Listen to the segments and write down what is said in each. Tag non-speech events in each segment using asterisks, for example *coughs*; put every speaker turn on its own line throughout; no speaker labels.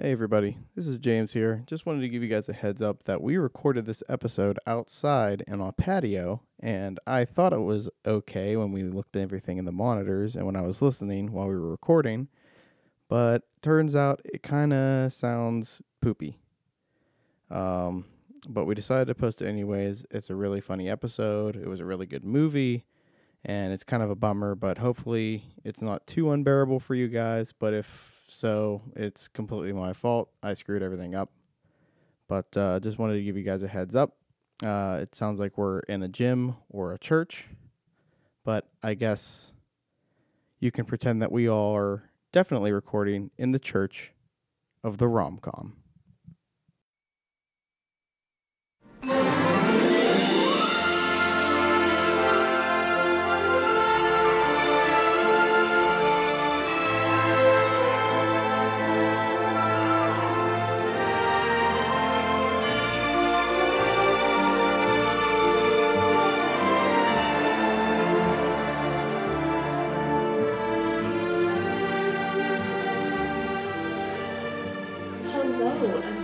Hey, everybody. This is James here. Just wanted to give you guys a heads up that we recorded this episode outside in our patio, and I thought it was okay when we looked at everything in the monitors and when I was listening while we were recording, but turns out it kind of sounds poopy. Um, but we decided to post it anyways. It's a really funny episode, it was a really good movie and it's kind of a bummer, but hopefully it's not too unbearable for you guys. But if so, it's completely my fault. I screwed everything up. But uh, just wanted to give you guys a heads up. Uh, it sounds like we're in a gym or a church, but I guess you can pretend that we all are definitely recording in the church of the rom com.
Hello and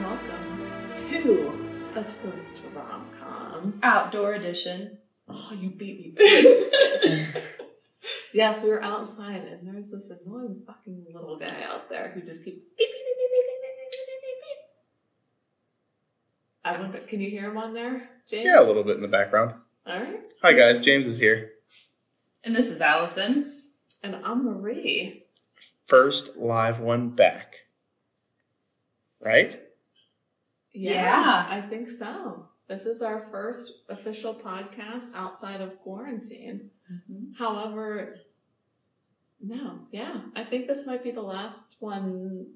welcome to A Toast to Rom Coms.
Outdoor edition.
Oh, you beat me to it.
*laughs*
yes, we were outside and there's this annoying fucking little guy out there who just keeps beep, beep, beep, beep, beep, beep, beep, beep, beep, beep, beep. I wonder, can you hear him on there, James?
Yeah, a little bit in the background.
All right.
Hi guys, James is here.
And this is Allison.
And I'm Marie.
First live one back. Right?
Yeah.
I think so. This is our first official podcast outside of quarantine.
Mm-hmm.
However, no, yeah, I think this might be the last one.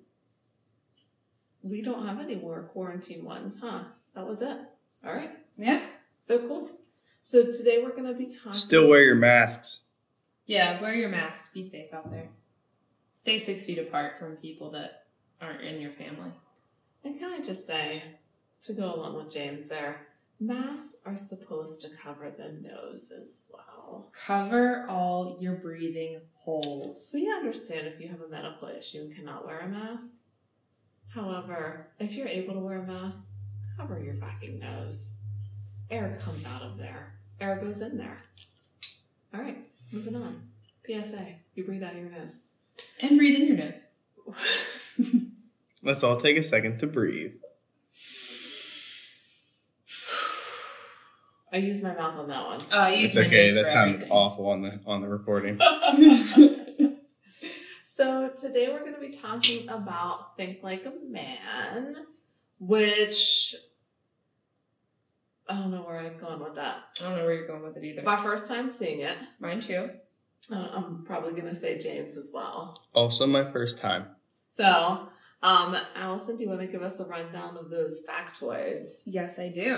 We don't have any more quarantine ones, huh? That was it. All right,
Yeah.
so cool. So today we're going to be talking.
Still wear your masks.
Yeah, wear your masks. Be safe out there. Stay six feet apart from people that aren't in your family.
And can I just say, to go along with James there, masks are supposed to cover the nose as well.
Cover all your breathing holes.
We understand if you have a medical issue and cannot wear a mask. However, if you're able to wear a mask, cover your fucking nose. Air comes out of there. Air goes in there. All right, moving on. PSA: You breathe out of your nose.
And breathe in your nose. *sighs*
Let's all take a second to breathe.
I used my mouth on that one.
Oh, I use
It's
my
okay,
nose
that
for
sounded
everything. *laughs*
awful on the on the recording.
So today we're going to be talking about Think Like a Man, which I don't know where I was going with that.
I don't know where you're going with it either.
My first time seeing it.
Mine too.
Uh, I'm probably going to say James as well.
Also my first time.
So, um, Allison, do you want to give us the rundown of those factoids?
Yes, I do.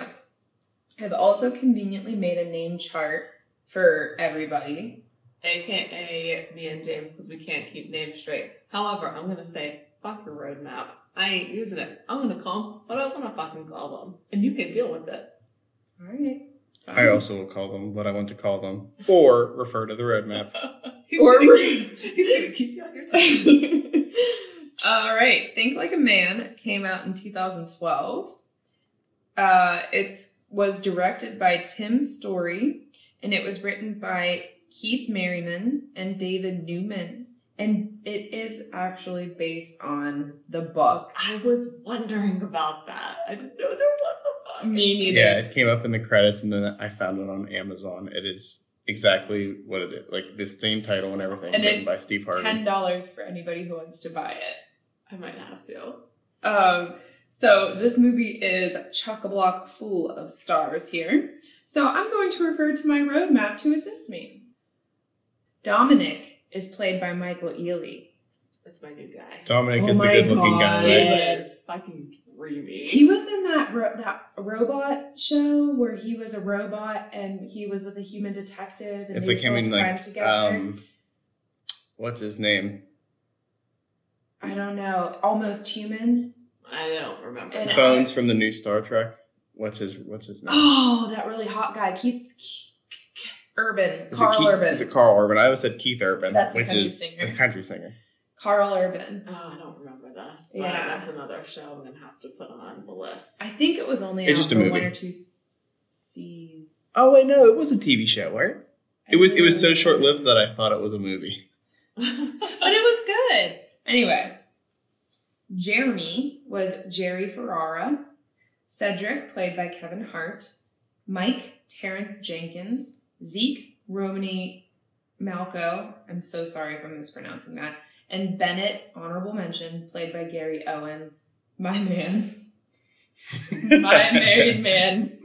I've also conveniently made a name chart for everybody.
AKA me and James, because we can't keep names straight. However, I'm going to say, fuck your roadmap. I ain't using it. I'm going to call them what I want to fucking call them. And you can deal with it.
All right.
I also will call them what I want to call them. Or refer to the roadmap.
He's
Or-
gonna keep-
*laughs*
he's going to keep you on your toes.
All right. Think Like a Man came out in 2012. Uh, it was directed by Tim Story and it was written by Keith Merriman and David Newman. And it is actually based on the book.
I was wondering about that. I didn't know there was a book.
Me neither.
Yeah, it came up in the credits and then I found it on Amazon. It is exactly what it is. Like the same title and everything
And
written
it's
by Steve Harvey.
$10 for anybody who wants to buy it.
I might have to.
Um, so this movie is chock a block full of stars here. So I'm going to refer to my roadmap to assist me. Dominic is played by Michael Ealy.
That's my new guy.
Dominic
Oh
is the
my
good looking
God.
guy,
He
right?
Yes.
was fucking dreamy.
He was in that ro- that robot show where he was a robot and he was with a human detective and
It's
they
like him
solved
in
crime
like
together.
um, what's his name?
I don't know, almost human.
I don't remember.
And-
that.
Bones from the new Star Trek. What's his What's his name?
Oh, that really hot guy, Keith, Keith- Urban,
is
Carl
it Keith,
Urban.
Is it Carl Urban? I always said Keith Urban,
That's the
which
country
is
singer.
the country singer.
Carl Urban.
Oh, I don't remember this. But
Yeah.
that's another show I'm gonna have to put on the list. *laughs*
I think it was only
It's
out
just a
for
movie.
one or two seasons.
Oh wait, no, it was a TV show, right? It was it was so short lived that I thought it was a movie.
*laughs* but it was good. Anyway, Jeremy was Jerry Ferrara. Cedric, played by Kevin Hart. Mike, Terrence Jenkins. Zeke, Romany Malco. I'm so sorry if I'm mispronouncing that. And Bennett, honorable mention, played by Gary Owen. My man. My married man.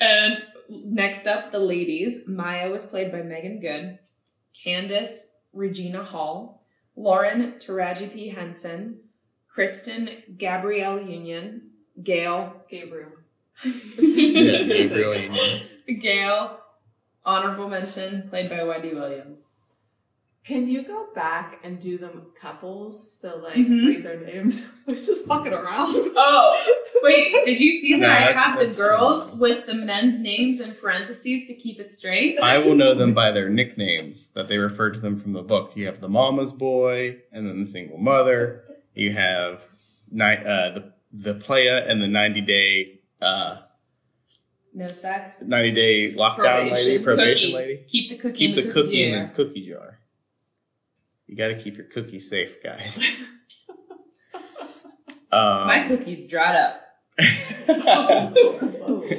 and next up, the ladies. Maya was played by Megan Good. Candace Regina Hall, Lauren Taraji P. Henson, Kristen Gabrielle Union, *laughs* Gail,
Gabriel.
Yeah,
Yes.
*laughs*
Gabriel Union.
Gail, honorable mention, played by Wendy Williams.
Can you go back and do them couples? So like
Mhm.
read their names. *laughs* I was just fucking around.
Oh,
*laughs*
wait, *laughs* did you see
No,
that
that's-
I have the
that's too
girls
long.
with the men's names in parentheses to keep it straight?
I will know them by their nicknames that they refer to them from the book. You have the mama's boy, and then the single mother. You have ni- uh, the the playa and the ninety day uh,
No sex.
ninety day lockdown lady,
Probation.
probation
Cookie.
lady.
Keep the cookie
Keep
in the,
the cookie in
jar.
the cookie jar. You got to keep your cookie safe, guys. um,
My cookie's dried *laughs* up.
*laughs*
Whoa.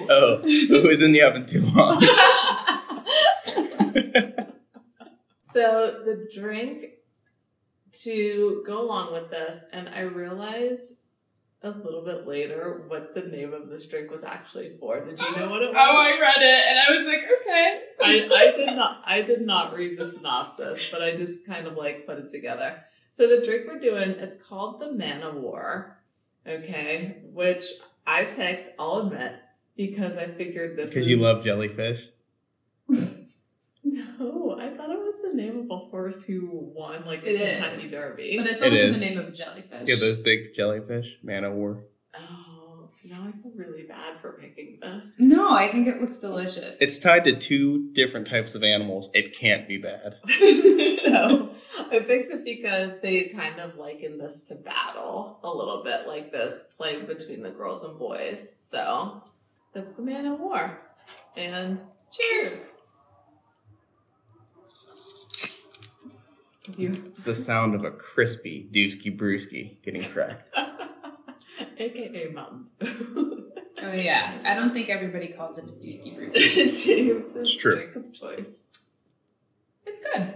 oh, it was in the oven too
*laughs*
long.
*laughs* So the drink to go along with this, and I realized a little bit later what the name of this drink was actually for. Did you know what it was?
read it and Oh, I was like, okay.
I, I did not I did not read the synopsis, but I just kind of like put it together. So the drink we're doing, it's called the Man of War. Okay, which I picked, I'll admit, because I figured this
Because
is
you love jellyfish.
*laughs* No, I thought it was the name of a horse who won like the
It is.
Kentucky Derby.
But it's
It
also
is.
the name of a jellyfish.
Yeah, those big jellyfish, man o' war.
Oh, now I feel really bad for picking this.
No, I think it looks delicious.
It's tied to two different types of animals. It can't be bad.
*laughs* so I picked it because they kind of liken this to battle a little bit, like this play between the girls and boys. So that's the man of war. And
cheers.
you, *laughs*
It's the sound of a crispy Dusky Brewski getting cracked.
aka Mountain *laughs*
Oh yeah, I don't think everybody calls it a Dusky
*laughs*
Bruce.
James's
true.
drink of choice.
it's good.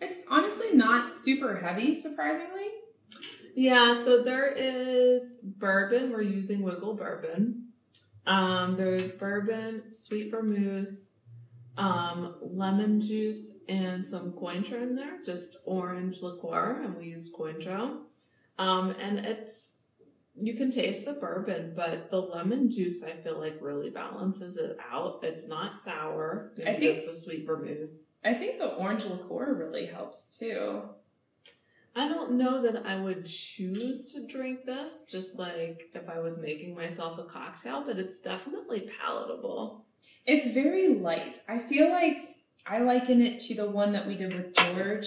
It's honestly not super heavy, surprisingly.
Yeah, so there is bourbon. We're using Wiggle bourbon. Um, there's bourbon, sweet vermouth, um, lemon juice, and some cointreau in there, just orange liqueur, and we use cointreau. Um, and it's you can taste the bourbon, but the lemon juice I feel like really balances it out. It's not sour.
I
Maybe
think-
it's a sweet vermouth.
I think the orange liqueur really helps too.
I don't know that I would choose to drink this, just like if I was making myself a cocktail, but it's definitely palatable.
It's very light. I feel like I liken it to the one that we did with George.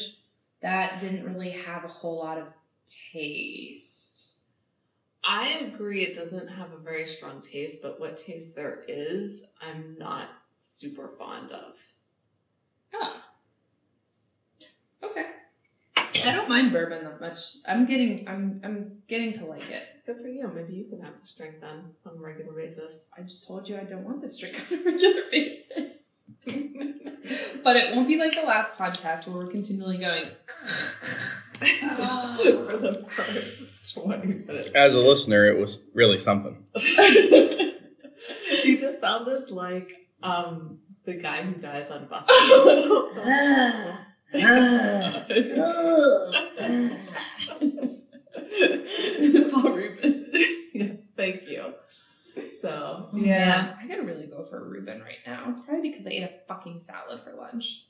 That didn't really have a whole lot of taste.
I agree it doesn't have a very strong taste, but what taste there is, I'm not super fond of.
Oh. Okay. I don't mind bourbon that much. I'm getting I'm I'm getting to like it.
Good for you. Maybe you can have this drink then on a regular basis.
I just told you I don't want this drink on a regular *laughs* basis. but it won't be like the last podcast where we're continually going.
*laughs*
*laughs* "Oh,
for the first 20 minutes.
As a listener, it was really something.
*laughs*
you just sounded like um, the guy who dies on Buffy.
*laughs* Paul Rubin.
yes, thank you. So yeah,
Yeah, I gotta really go for a Reuben right now. It's probably because I ate a fucking salad for lunch.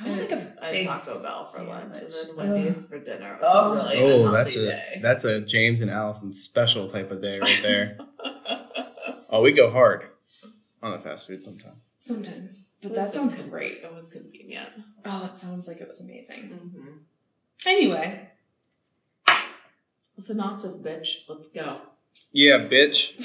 I want like a
I had
big
Taco Bell for lunch, and then
sandwich.
Wendy's for dinner. It
Oh.
was really
Oh,
unhealthy
that's a
day.
that's a James and Allison special type of day right there. oh, we go hard on the fast food sometimes.
Sometimes.
*laughs*
But
It
that
was
sounds
just
great.
It was convenient.
Oh, that sounds like it was amazing.
Mm-hmm.
Anyway,
Synopsis, bitch. Let's go.
Yeah, bitch.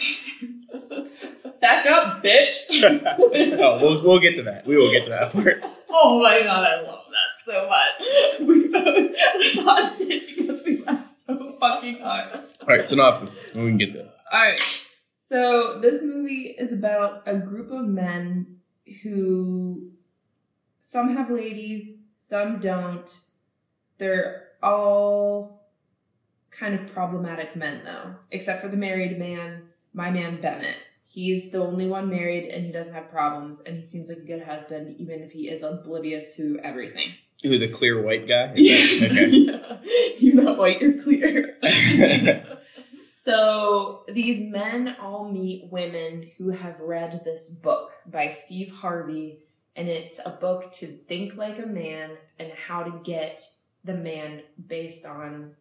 back up, bitch.
*laughs*
*laughs*
oh, we'll, we'll get to that. We will get to that part.
Oh my god, I love that so much.
*laughs* we both we lost it because we laughed so fucking hard.
*laughs* All right, synopsis. and We can get to it.
All right. So this movie is about a group of men who some have ladies, some don't. They're all kind of problematic men though, except for the married man, my man Bennett. He's the only one married and he doesn't have problems and he seems like a good husband even if he is oblivious to everything.
Who the clear white *laughs* guy?
*laughs*
Is that- Okay.
You're not white, you're clear.
*laughs* yeah,
So these men all meet women who have read this book by Steve Harvey, and it's a book to think like a man and how to get the man based on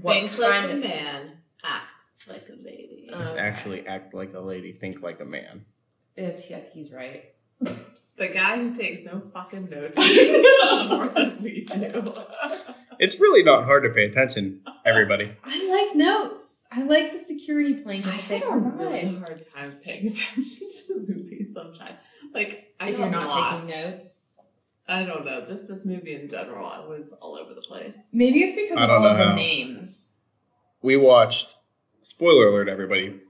what
Think
kind
like a
of
man, act like a lady.
Uh,
it's actually act like a lady, think like a man.
It's, yeah, he's right.
the guy who takes no fucking *laughs* notes more than we do.
It's really not hard to pay attention, everybody.
I like notes. I like the security blanket
I
that they
have a really
provide.
hard time paying *laughs* attention to movies sometimes. Like I
If you're
got
not
lost.
taking notes,
I don't know. Just this movie in general, I was all over the place.
maybe it's because
I
of
don't
all
know
the
how.
names.
We watched, spoiler alert, everybody.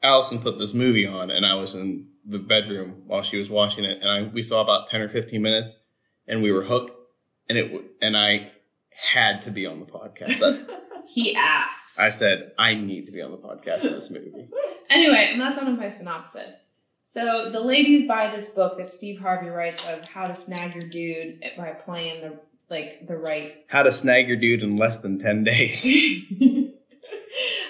Allison put this movie on, and I was in the bedroom while she was watching it, and I, we saw about 10 or 15 minutes, and we were hooked, and it w- and I had to be on the *laughs* podcast. I-
He asked.
I said, I need to be on the podcast for this movie.
Anyway, and that's done with my synopsis. So the ladies buy this book that Steve Harvey writes of how to snag your dude by playing the like the right,
How to snag your dude in less than 10 days. *laughs*
*laughs*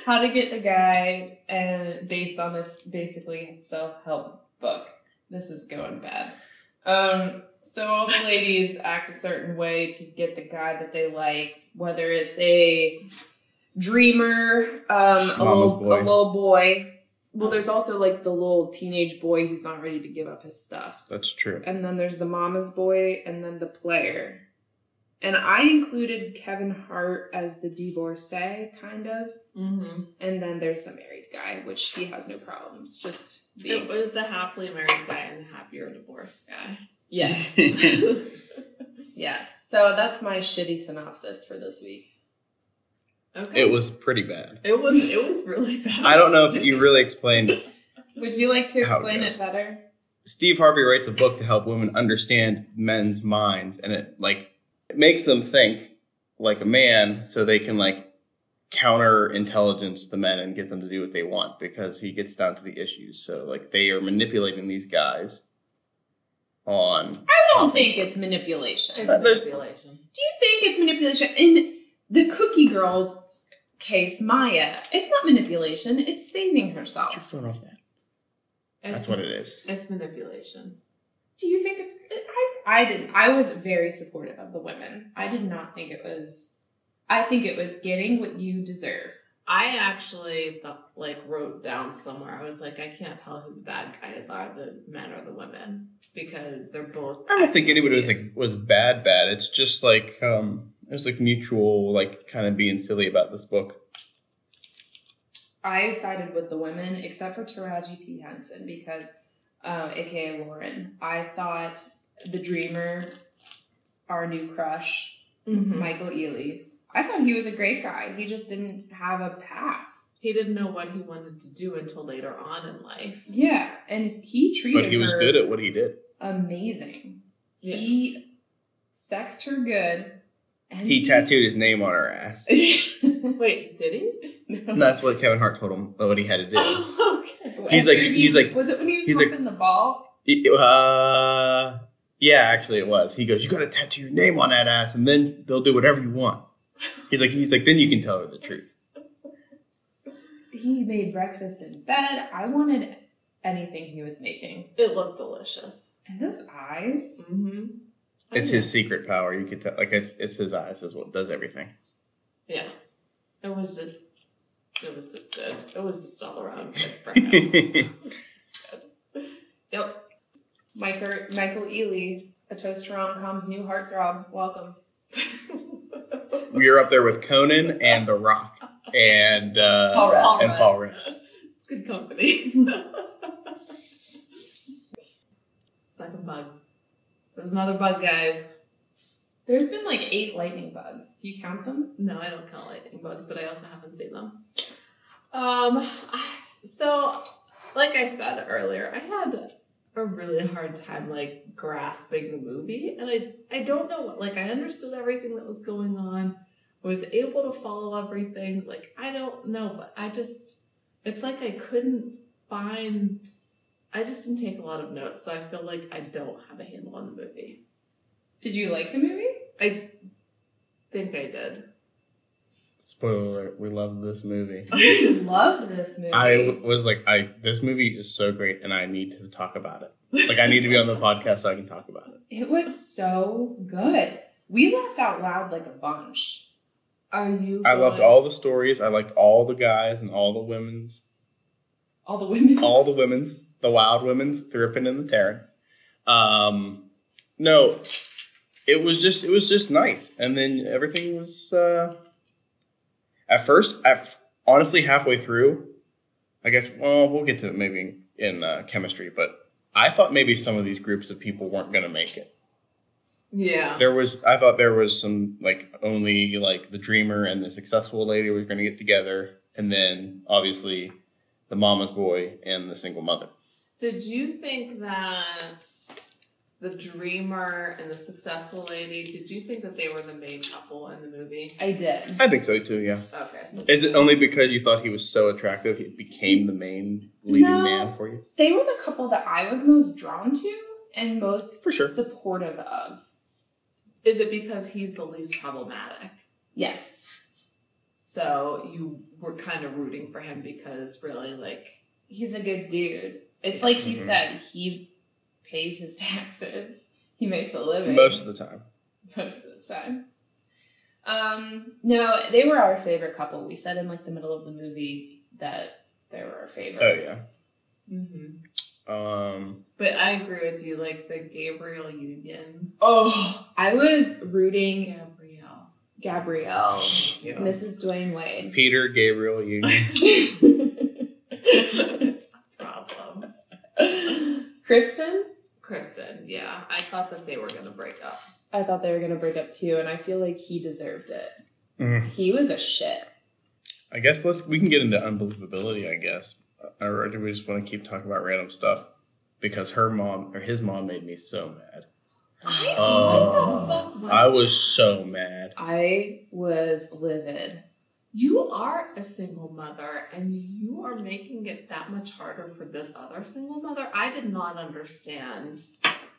how to get the guy, and based on this basically self help book. This is going bad. Um, so all the ladies act a certain way to get the guy that they like, whether it's a dreamer, um, a,
Mama's
little,
boy.
a little boy. Well, there's also like the little teenage boy who's not ready to give up his stuff.
That's true.
And then there's the mama's boy and then the player. And I included Kevin Hart as the divorcee, kind of.
Mm-hmm.
And then there's the married guy, which he has no problems. Just being.
It was the happily married guy and the happier divorced guy.
Yes.
*laughs*
Yes. So that's my shitty synopsis for this week.
okay.
It was pretty bad.
It was. It was really *laughs* bad.
I don't know if you really explained
Would you like to
How it
explain it,
goes.
better?
Steve Harvey writes a book to help women understand men's minds, and it like it makes them think like a man, so they can like counter intelligence the men and get them to do what they want because he gets down to the issues. So like they are manipulating these guys on.
I don't think it's manipulation.
It's
But there's-
manipulation.
Do you think it's manipulation? In the Cookie Girls case, Maya, it's not manipulation, it's saving
Get your
herself.
phone off that.
It's,
That's what it is.
It's manipulation.
Do you think it's. I, I didn't. I was very supportive of the women. I did not think it was. I think it was getting what you deserve.
I actually th- like wrote down somewhere. I was like, I can't tell who the bad guys are, the men or the women, because they're both.
I don't think anybody was like was bad bad. It's just like um it was like mutual like kind of being silly about this book.
I sided with the women, except for Taraji P. Henson, because, um, aka Lauren, I thought the dreamer, our new crush,
Mhm.
Michael Ealy, I thought he was a great guy. He just didn't have a path.
He didn't know what he wanted to do until later on in life.
Yeah, and he treated
But he was
her
good at what he did.
amazing.
Yeah.
He sexed her good, and
He tattooed his name on her ass.
*laughs*
Wait, did he?
And that's what Kevin Hart told him what he had to
*gasps*
do.
Oh, *laughs* okay.
He's like- he's like-
was it when he was
he's like-
humping the ball?
He- uh, yeah, actually it was. He goes, "You got to tattoo your name on that ass, and then they'll do whatever
*laughs*
you want." He's like, he's like, then you can tell her the truth.
He made breakfast in bed. I wanted anything he was making.
It looked delicious.
And those eyes?
Mm-hmm.
Oh,
It's his secret power. You could tell, like it's it's his eyes is what does everything.
Yeah. It was just. It was just good.
*laughs*
It was just all around good for him.
I
yep.
Michael, Michael Ealy, a toaster rom com's new heartthrob. Welcome.
*laughs*
We are up there with Conan and The Rock and uh,
Paul Rudd. Paul
and
Rudd.
Paul Rudd.
It's good company. *laughs* Second bug. There's another bug, guys.
There's been like eight lightning bugs. Do you count them?
No, I don't count lightning bugs, but I also haven't seen them. Um, so like I said earlier, I had a really hard time like grasping the movie, and I I don't know what like I understood everything that was going on, was able to follow everything. Like I don't know, but I just it's like I couldn't find. I just didn't take a lot of notes, so I feel like I don't have a handle on the movie.
Did you like the
*laughs*
movie?
I think I did.
Spoiler alert, we love this movie.
You loved this movie.
I w- was like, I this movie is so great, and I need to talk about it. Like, I need to be on the podcast so I can talk about it.
It was so good. We laughed out loud like a bunch.
Are you?
I loved
going-
all the stories. I liked all the guys and all the women's,
All the women.
all the women's, the wild women's, Thrippin and the Terran. Um, no, it was just it was just nice, and then everything was. Uh, at first, I f- honestly halfway through, I guess. Well, we'll get to it maybe in uh, chemistry, but I thought maybe some of these groups of people weren't going to make it.
Yeah.
There was, I thought there was some like only like the dreamer and the successful lady were going to get together, and then obviously the mama's boy and the single mother.
Did you think that the dreamer and the successful lady, did you think that they were the main couple in the movie?
I did.
I think so too. Yeah.
Okay, so
Is it only because you thought he was so attractive it became the main leading
No.
man for you?
They were the couple that I was most drawn to and most
For sure.
supportive of.
is it because he's the least problematic?
Yes.
So you were kind of rooting for him because really, like,
He's a good dude. It's like he
Mhm.
said, he pays his *laughs* taxes. He makes a living.
Most of the time.
*laughs* most of the time. Um, no, they were our favorite couple. We said in like the middle of the movie that they were our favorite.
Oh yeah.
mhm.
Um,
but I agree with you, like, the Gabriel Union.
Oh, I was rooting
Gabrielle.
Gabrielle,
Yeah.
Mrs. Dwayne Wade. *laughs*
*laughs* Peter Gabriel Union.
*laughs* It's a problem.
Kristen,
Kristen, yeah. I thought that they were going to break up.
I thought they were gonna break up too, and I feel like he deserved it.
*laughs* Mm.
He was a shit.
I guess let's we can get into unbelievability. I guess, or do we just want to keep talking about random stuff? Because her mom or his mom made me so mad.
I,
Oh,
What the fuck
I was so mad.
I was livid.
You are a single mother and you are making it that much harder for this other single mother. I did not understand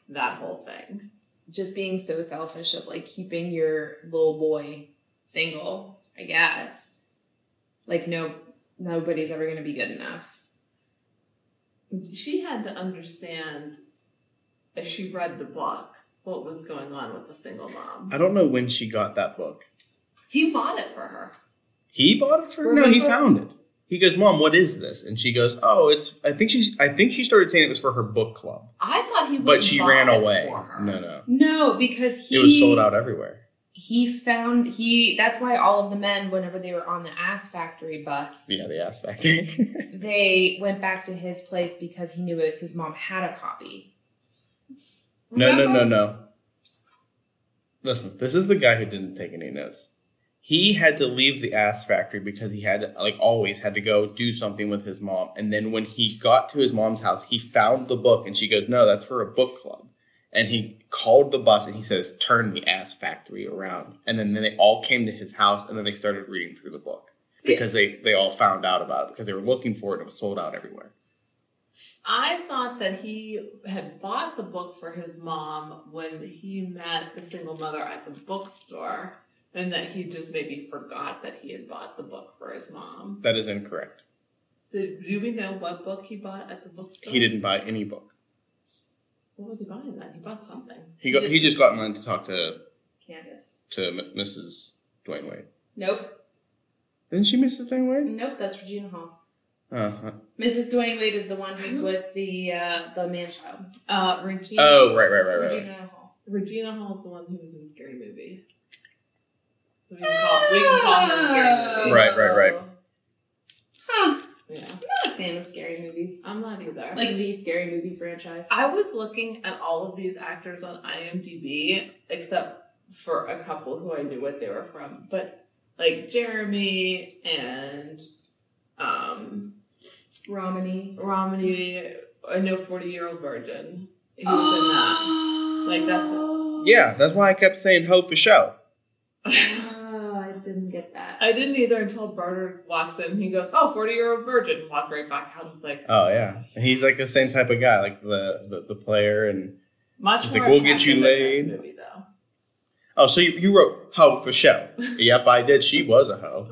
that whole thing.
Just being so selfish of like keeping your little boy single, I guess. Like no nobody's ever gonna be good enough.
She had to understand as she read the book what was going on with the single mom.
I don't know when she got that book.
He bought it for her.
He bought it for her. No, he
Remember-
found it. He goes, "Mom, what is this?" And she goes, "Oh, it's." I think she's. I think she started saying it was for her book club,
I thought he would
but she
bought
ran
it
away.
For her.
No, no,
No, because he
it was sold out everywhere.
He found he that's why all of the men, whenever they were on the ass factory bus,
Yeah, the ass factory. *laughs*
they went back to his place because he knew that his mom had a copy.
no, no, no,
Remember?
no. Listen, this is the guy who didn't take any notes. He had to leave the ass factory because he had, like, always had to go do something with his mom. And then when he got to his mom's house, he found the book, and she goes, "No, that's for a book club." And he called the bus, and he says, "Turn the ass factory around." And then, then they all came to his house, and then they started reading through the book
See,
because they they all found out about it because they were looking for it. and It was sold out everywhere.
I thought that he had bought the book for his mom when he met the single mother at the bookstore, and that he just maybe forgot that he had bought the book for his mom.
That is incorrect.
Did, do we know what book he bought at the bookstore?
He didn't buy any book.
What was he buying then? He bought something.
He got
Just-
he just got in line to talk to
Candace.
to M- Mrs. Dwayne Wade.
Nope.
Isn't she Mrs. Dwayne Wade?
Nope, that's Regina Hall.
Uh-huh.
Mrs. Dwayne Wade is the one who's with the uh, the man child.
Uh, Regina.
Oh, right, right, right, right, right.
Regina Hall.
Regina Hall's the one who was in Scary Movie. So we can call, we can call her Scary Movie.
Right, right, right.
Huh.
Yeah.
I'm not a fan of scary movies.
I'm not either.
Like the scary movie franchise.
I was looking at all of these actors on IMDb, except for a couple who I knew what they were from, but like Jeremy and um,
Romney.
Romney, I know 40 year old virgin. He was
Oh,
Like, that's-
Oh.
Yeah, that's why I kept saying ho for show.
in that.
Oh, I
*laughs* I didn't
didn't get that.
either until Barter walks in. He goes, "Oh, 40 year old virgin." Walk right back out. I was like,
Oh yeah. And he's like the same type of guy, like the the, the player and
"Much
He's
more
like, "We'll get you
attractive in
laid."
This movie, though.
Oh, so you, you wrote ho for show. yep, I did. She was a hoe.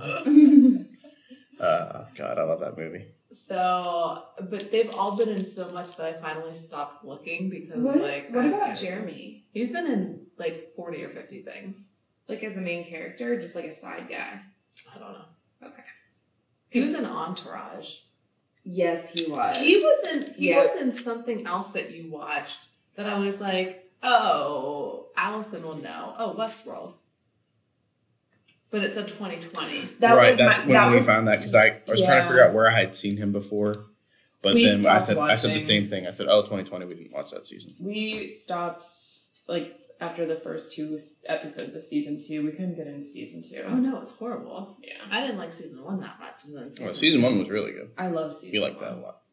Uh, God, I love that movie.
So, but they've all been in so much that I finally stopped looking because,
What-
like,
what
I
about
can't-
Jeremy,
He's been in like 40 or 50 things.
like as a main character, or just like a side guy.
I don't know.
Okay.
He was in Entourage.
Yes, he was.
He was in. He
Yeah.
was in something else that you watched that I was like, "Oh, Allison will know." Oh, Westworld. But it said 2020.
That
right,
was
that's
my-
when
that
we
was-
found that because I, I was trying
Yeah.
to figure out where I had seen him before. But
We
then I
stopped
said I said
watching.
the same thing. I said, "Oh, 2020, we didn't watch that season."
We stopped like after the first two s- episodes of season two. We couldn't get into season
Oh
two.
no, it's horrible.
Yeah,
I didn't like season one that much, and then season.
Oh, season one was really good.
I love season.
You liked
one.
that a lot.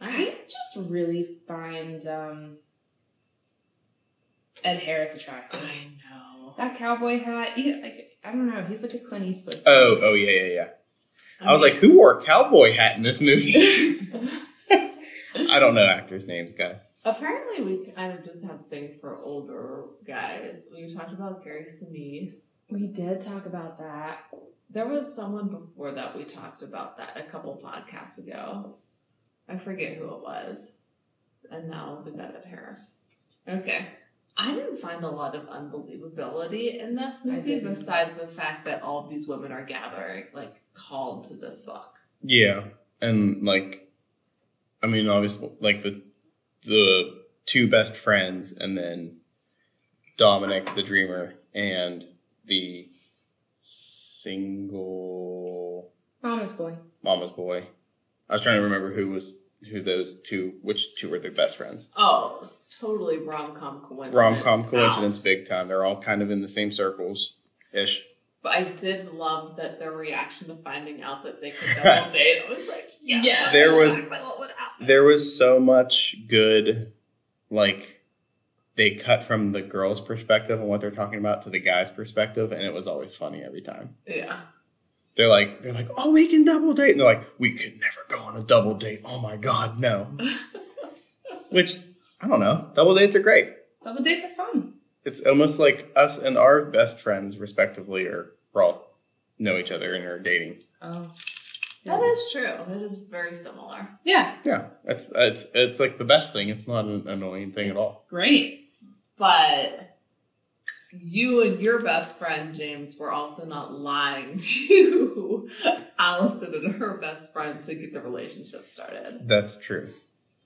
I just really find um, Ed Harris attractive.
I know.
That cowboy hat, he, like, I don't know, he's like a Clint Eastwood.
Oh, oh yeah, yeah, yeah. I was like, "Who wore a cowboy hat in
*laughs*
this movie?" I don't know actors' names, guys.
*laughs* Apparently, we kind of just have a thing for older guys. We talked about Gary Sinise.
We did talk about that.
There was someone before that we talked about that a couple podcasts ago. I forget who it was. And now we got at Harris. Okay. I didn't find a lot of unbelievability in this
I
movie
didn't.
besides the fact that all of these women are gathering, like called to this book.
Yeah, and like, I mean, obviously, like the the two best friends, and then Dominic the dreamer and the single
Mama's boy.
mama's boy. I was trying to remember who was who those two, which two were their best friends.
Oh, it's totally rom com coincidence.
Rom com
Ow.
coincidence, big time. They're all kind of in the same circles, ish.
But I did love that their reaction to finding out that they could double date. I was like, yeah,
Yeah.
that's
There was-
exactly what would happen.
there was so much good like they cut from the girl's perspective and what they're talking about to the guy's perspective and it was always funny every time
Yeah.
they're like they're like oh we can double date and they're like we could never go on a double date oh my god no which i don't know double dates are great
Double dates are fun.
it's almost like us and our best friends respectively are we're all know each other and are dating
Oh.
That is true. That is very similar.
Yeah.
yeah it's it's it's like the best thing it's not an annoying thing at
It's
all
Great.
But you and your best friend James were also not lying *laughs* to Allison and her best friend to get the relationship started.
that's true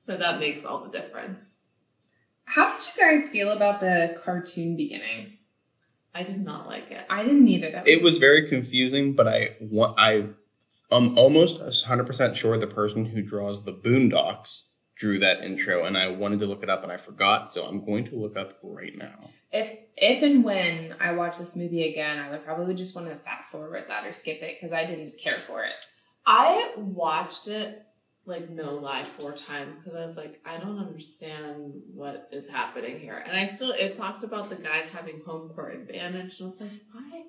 So that makes all the difference.
How did you guys feel about the cartoon beginning?
I did not like it.
I didn't either. That was,
it was very confusing, but I want I I'm almost 100% sure the person who draws the Boondocks drew that intro and I wanted to look it up and I forgot, so I'm going to look up right now. *laughs*
If if and when I watch this movie again, I would probably just want to fast forward that or skip it because I didn't care for it.
I watched it like no lie four times because I was like, I don't understand what is happening here. And I still it talked about the guys having home court advantage, and I was like, why?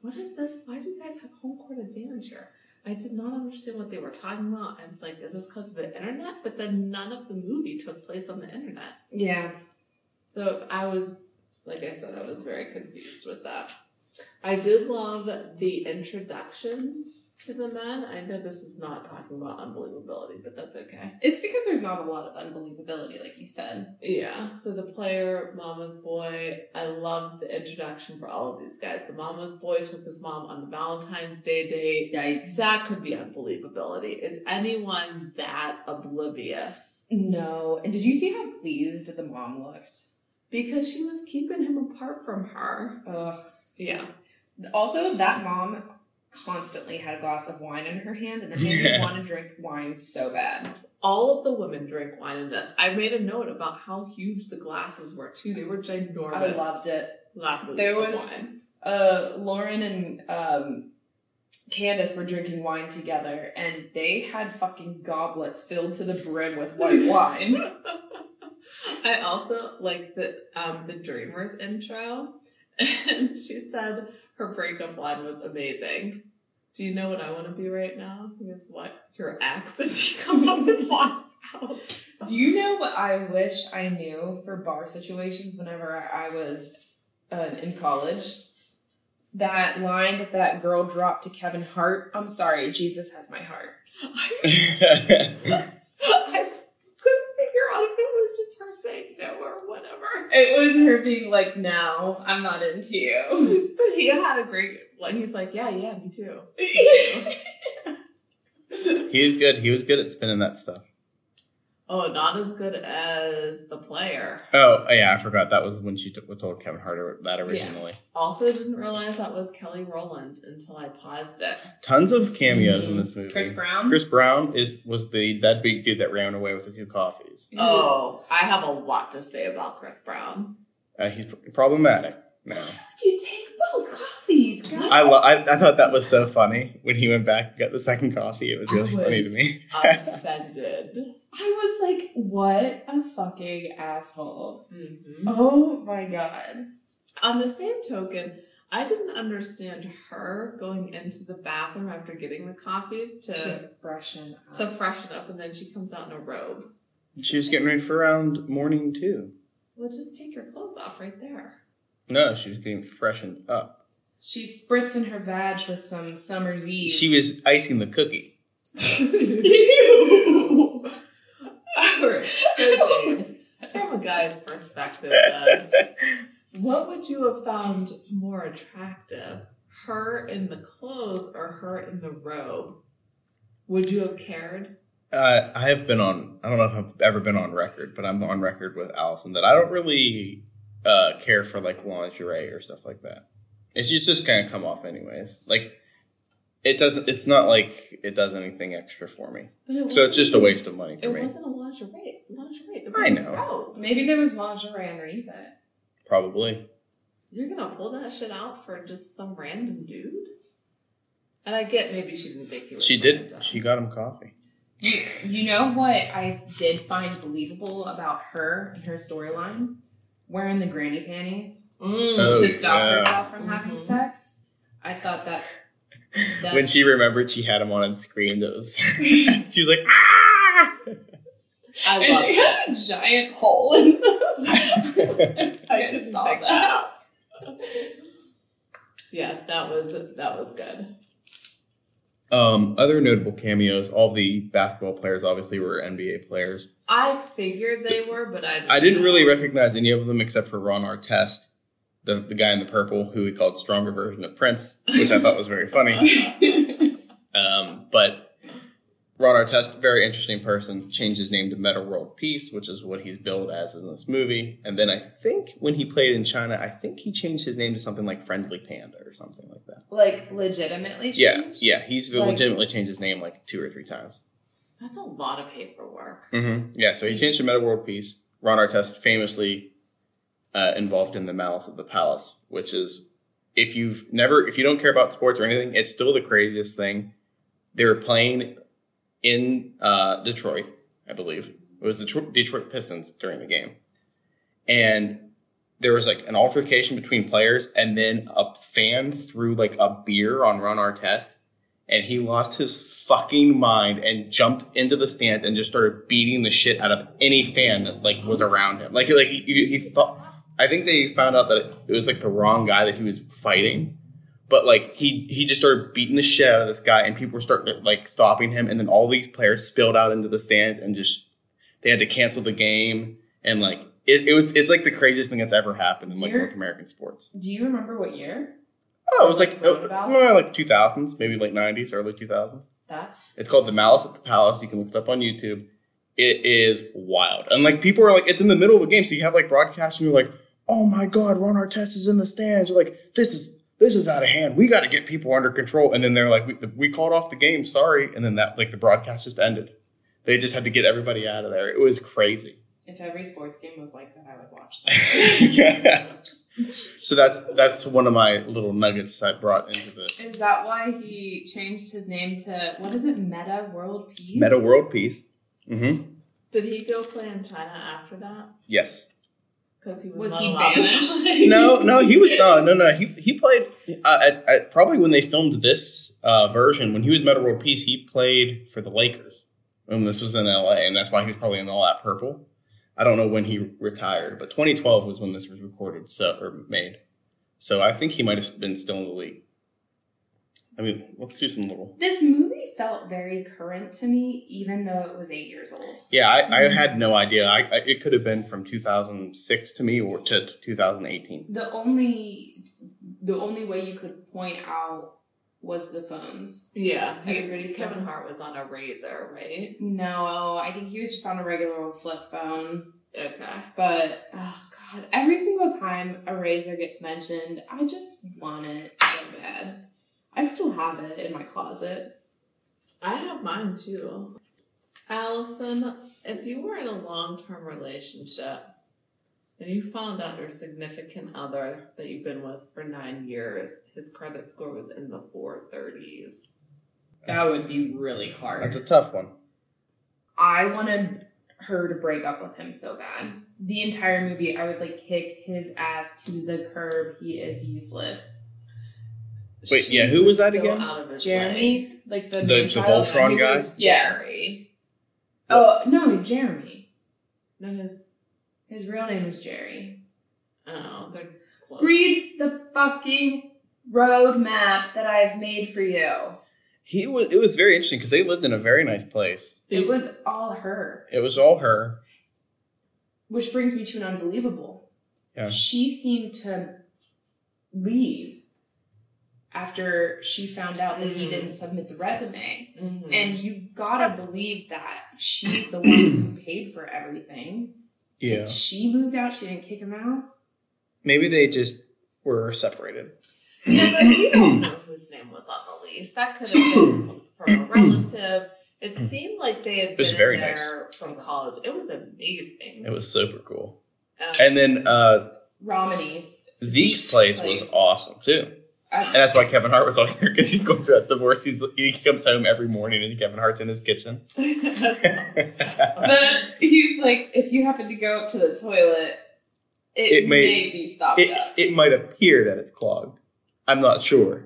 What is this? Why do you guys have home court advantage here? I did not understand what they were talking about. I was like, is this because of the internet? But then none of the movie took place on the internet.
Yeah.
So I was, like I said, I was very confused with that. I did love the introductions to the men. I know this is not talking about unbelievability, but that's okay.
It's because there's not a lot of unbelievability, like you said.
Yeah. So the player, Mama's Boy, I loved the introduction for all of these guys. The Mama's Boy took his mom on the Valentine's Day date.
Yikes.
That could be unbelievability. Is anyone that oblivious?
No. And did you see how pleased the mom looked?
Because she was keeping him apart from her.
Ugh.
Yeah.
Also, that mom constantly had a glass of wine in her hand, and it made me
Yeah.
want to drink wine so bad.
All of the women drink wine in this. I made a note about how huge the glasses were, too. They were ginormous.
I loved it.
glasses
There
of
was-
wine. *laughs*
uh, Lauren and um, Candace were drinking wine together, and they had fucking goblets filled to the brim with white wine.
I also like the um, the Dreamers intro, *laughs* and she said her breakup line was amazing. Do you know what I want to be right now? He goes, "What your ex?" *laughs* And she comes up and walks out.
Do you know what I wish I knew for bar situations whenever I was uh, in college? That line that that girl dropped to Kevin Hart. I'm sorry, Jesus has my heart.
*laughs* I couldn't figure out if it was just her saying no or whatever.
It was her being like, "No, I'm not into
*laughs*
you."
But *laughs* he had a great like. He's like, "Yeah, yeah, me too."
he was good. He was good at spinning that stuff.
Oh, not as good as the player.
Oh yeah, I forgot that was when she t- told Kevin Hart that originally.
Also, didn't realize that was Kelly Rowland until I paused it.
Tons of cameos in this movie.
Mm-hmm. Chris Brown.
Chris Brown is was the that big dude that ran away with the two coffees.
Oh, I have a lot to say about Chris *laughs* Brown.
Uh, he's pr- problematic now.
you take both coffees. God.
I, lo- I I thought that was so funny when he went back and got the second coffee. It was
I
really funny
was-
to me.
Offended.
I was like, what a fucking asshole.
Mhm.
Oh my god.
On the same token, I didn't understand her going into the bathroom after getting the coffees to
Depression.
to freshen up, and then she comes out in a robe.
She was getting ready for round morning too.
Well, just take your clothes off right there.
No, she was getting freshened up.
She's spritzing her badge with some summer's eve.
She was icing the cookie.
Ew. All right, so James, from a guy's perspective, then, What would you have found more attractive? Her in the clothes or her in the robe? Would you have cared?
Uh, I have been on. I don't know if I've ever been on record, but I'm on record with Allison that I don't really uh, care for like lingerie or stuff like that. It's just, just kind of come off anyways. Like it doesn't. It's not like it does anything extra for me.
But it
So
wasn't-
it's just a waste of money
It
for me,
wasn't a lingerie. Lingerie. It
I
was
know.
A robe.
Maybe there was lingerie underneath it.
probably.
You're gonna pull that shit out for just some random dude? And I get maybe she didn't think he was.
She did.
random.
She got him coffee.
You know what I did find believable about her and her storyline? Wearing the granny panties
Mm.
Oh,
to stop
yeah.
herself from having
Mhm.
sex. I thought that. That's,
*laughs*
*laughs*
When she remembered she had him on and screamed,
*laughs*
it was. she was like, ah!
I
and
love
they had a giant hole in
I
*laughs* Yeah,
just
saw
saw that.
that.
Yeah, that was that was good.
Um, other notable cameos. All the basketball players obviously were NBA players.
I figured they were, but I
I didn't really recognize any of them except for Ron Artest, the, the guy in the purple who he called stronger version of Prince, which I thought was
*laughs*
very funny. Um, but Ron Artest, very interesting person, changed his name to Meta World Peace, which is what he's billed as in this movie. And then I think when he played in China, I think he changed his name to something like Friendly Panda or something like that.
like legitimately.
Yeah,
changed?
yeah, he's
Like-
legitimately changed his name like two or three times.
That's a lot of paperwork.
hmm Yeah, so he changed to Meta World Peace. Ron Artest famously uh, involved in the Malice of the Palace, which is if you've never, if you don't care about sports or anything, it's still the craziest thing. They were playing in uh, Detroit, I believe. It was the Tro- Detroit Pistons during the game, and there was like an altercation between players, and then a fan threw like a beer on Ron Artest, and he lost his fucking mind and jumped into the stands and just started beating the shit out of any fan that like was around him. Like like he, he thought I think they found out that it was like the wrong guy that he was fighting. But like he he just started beating the shit out of this guy, and people were starting to like stopping him, and then all these players spilled out into the stands, and just they had to cancel the game, and like it, it was it's like the craziest thing that's ever happened in like
Dear-
North American sports.
Do you remember what year?
Oh, it was like
Like roundabout?
uh, like two thousands, maybe late nineties, early two thousands.
That's
It's called The Malice at the Palace. You can look it up on YouTube. It is wild. And like people are like, it's in the middle of a game, so you have like broadcasts and you're like, oh my god, Ron Artest is in the stands. You're like, this is this is out of hand. We got to get people under control. And then they're like, we, we called off the game, sorry. And then that like the broadcast just ended. They just had to get everybody out of there. It was crazy. *laughs*
if every sports game was like that, I would watch. That.
yeah. So that's that's one of my little nuggets I brought into the
Is that why he changed his name to what is it? Meta World Peace.
meta world piece. Mm-hmm.
Did he go play in China after that?
Yes.
Because he was,
Was
not
he
allowed to- *laughs*
*laughs*
banished?
no, no, he was no, no, no. He he played uh, at, at, probably when they filmed this uh, version when he was Metal World Peace. He played for the Lakers, and this was in L.A. and that's why he was probably in all that purple. I don't know when he retired, but 2012 was when this was recorded so or made. So I think he might have been still in the league. I mean, let's do some little.
This movie felt very current to me, even though it was eight years old.
Yeah, I, I had no idea. I, I it could have been from 2006 to me or to 2018.
The only the only way you could point out was the phones.
Yeah, he-
Everybody's
Kevin
on-
Hart was on a razor, right?
No, I think he was just on a regular old flip phone.
Okay.
But oh god, every single time a razor gets mentioned, I just want it so bad. I still have it in my closet.
I have mine too. Allison, if you were in a long term relationship and you found out your significant other that you've been with for nine years, his credit score was in the 430s.
That would be really hard.
That's a tough one.
I wanted her to break up with him so bad. The entire movie, I was like, kick his ass to the curb. He is useless.
Wait,
She
yeah, who was that
so
again?
out of his league.
Jeremy, like the
The-
main
the
child?
Voltron
He
guy?
was
Yeah.
Jerry.
Oh no, Jeremy.
No, his.
His real name is Jerry.
Oh, they're close.
Read the fucking road map that I've made for you.
He was. It was very interesting because they lived in a very nice place.
It was all her,
It was all her.
which brings me to an unbelievable.
Yeah.
She seemed to leave after she found out that he
Mhm.
didn't submit the resume.
Mhm.
And you gotta believe that she's the one who
*clears throat*
paid for everything.
Yeah.
She moved out, she didn't kick him out.
Maybe they just were separated.
Yeah, but we *coughs* don't know whose name was on the lease. That could have been from a relative. It seemed like they had
It was
been
very
in there from college. It was amazing.
It was super cool.
Um,
And then uh,
Romney's
Zeke's place was awesome too, and
I,
*laughs* that's why Kevin Hart was always there because he's going through that divorce. He's, he comes home every morning and Kevin Hart's in his kitchen. *laughs* it
the, he's like, if you happen to go up to the toilet, it,
It
may,
may-
be stopped up.
it might appear that it's clogged. I'm not sure,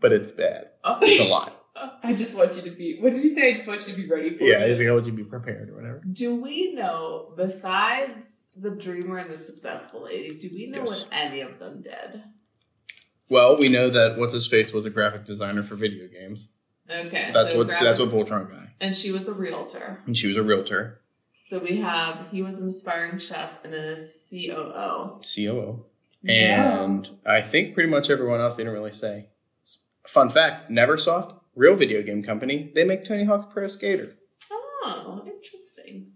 but it's bad. *laughs* It's a lot.
I just want you to be. What did he say? I just want you to be ready for
Yeah, he's
it.
like, "How would you be prepared or whatever?"
do we know, besides the dreamer and the successful lady, do we know
Yes.
what any of them did?
Well, we know that what's his face was a graphic designer for video games.
Okay.
That's
so
what
grab
that's
it.
what Voltron guy.
And she was a realtor.
And she was a realtor,
So we have he was an aspiring chef and a COO.
COO, and I think pretty much everyone else they didn't really say. S- Fun fact: NeverSoft, real video game company, they make Tony Hawk's Pro Skater.
Oh, interesting.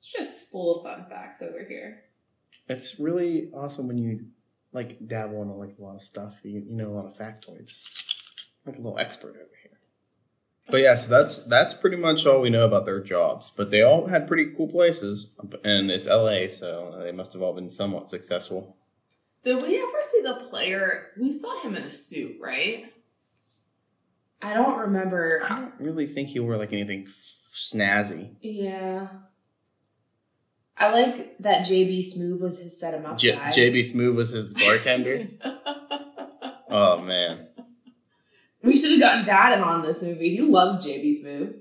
It's just full of fun facts over here.
It's really awesome when you like dabble in like a lot of stuff. You, you know a lot of factoids. Like a little expert over here. But yeah, so that's that's pretty much all we know about their jobs. But they all had pretty cool places, and it's L.A., so they must have all been somewhat successful.
Did we ever see the player? We saw him in a suit, right?
I don't remember.
I don't really think he wore like anything f- snazzy.
Yeah. I like that JB Smooth was his set him up
J-
guy.
JB Smooth was his
*laughs*
bartender. oh man,
we should have gotten Dad in on this movie. He loves JB Smooth.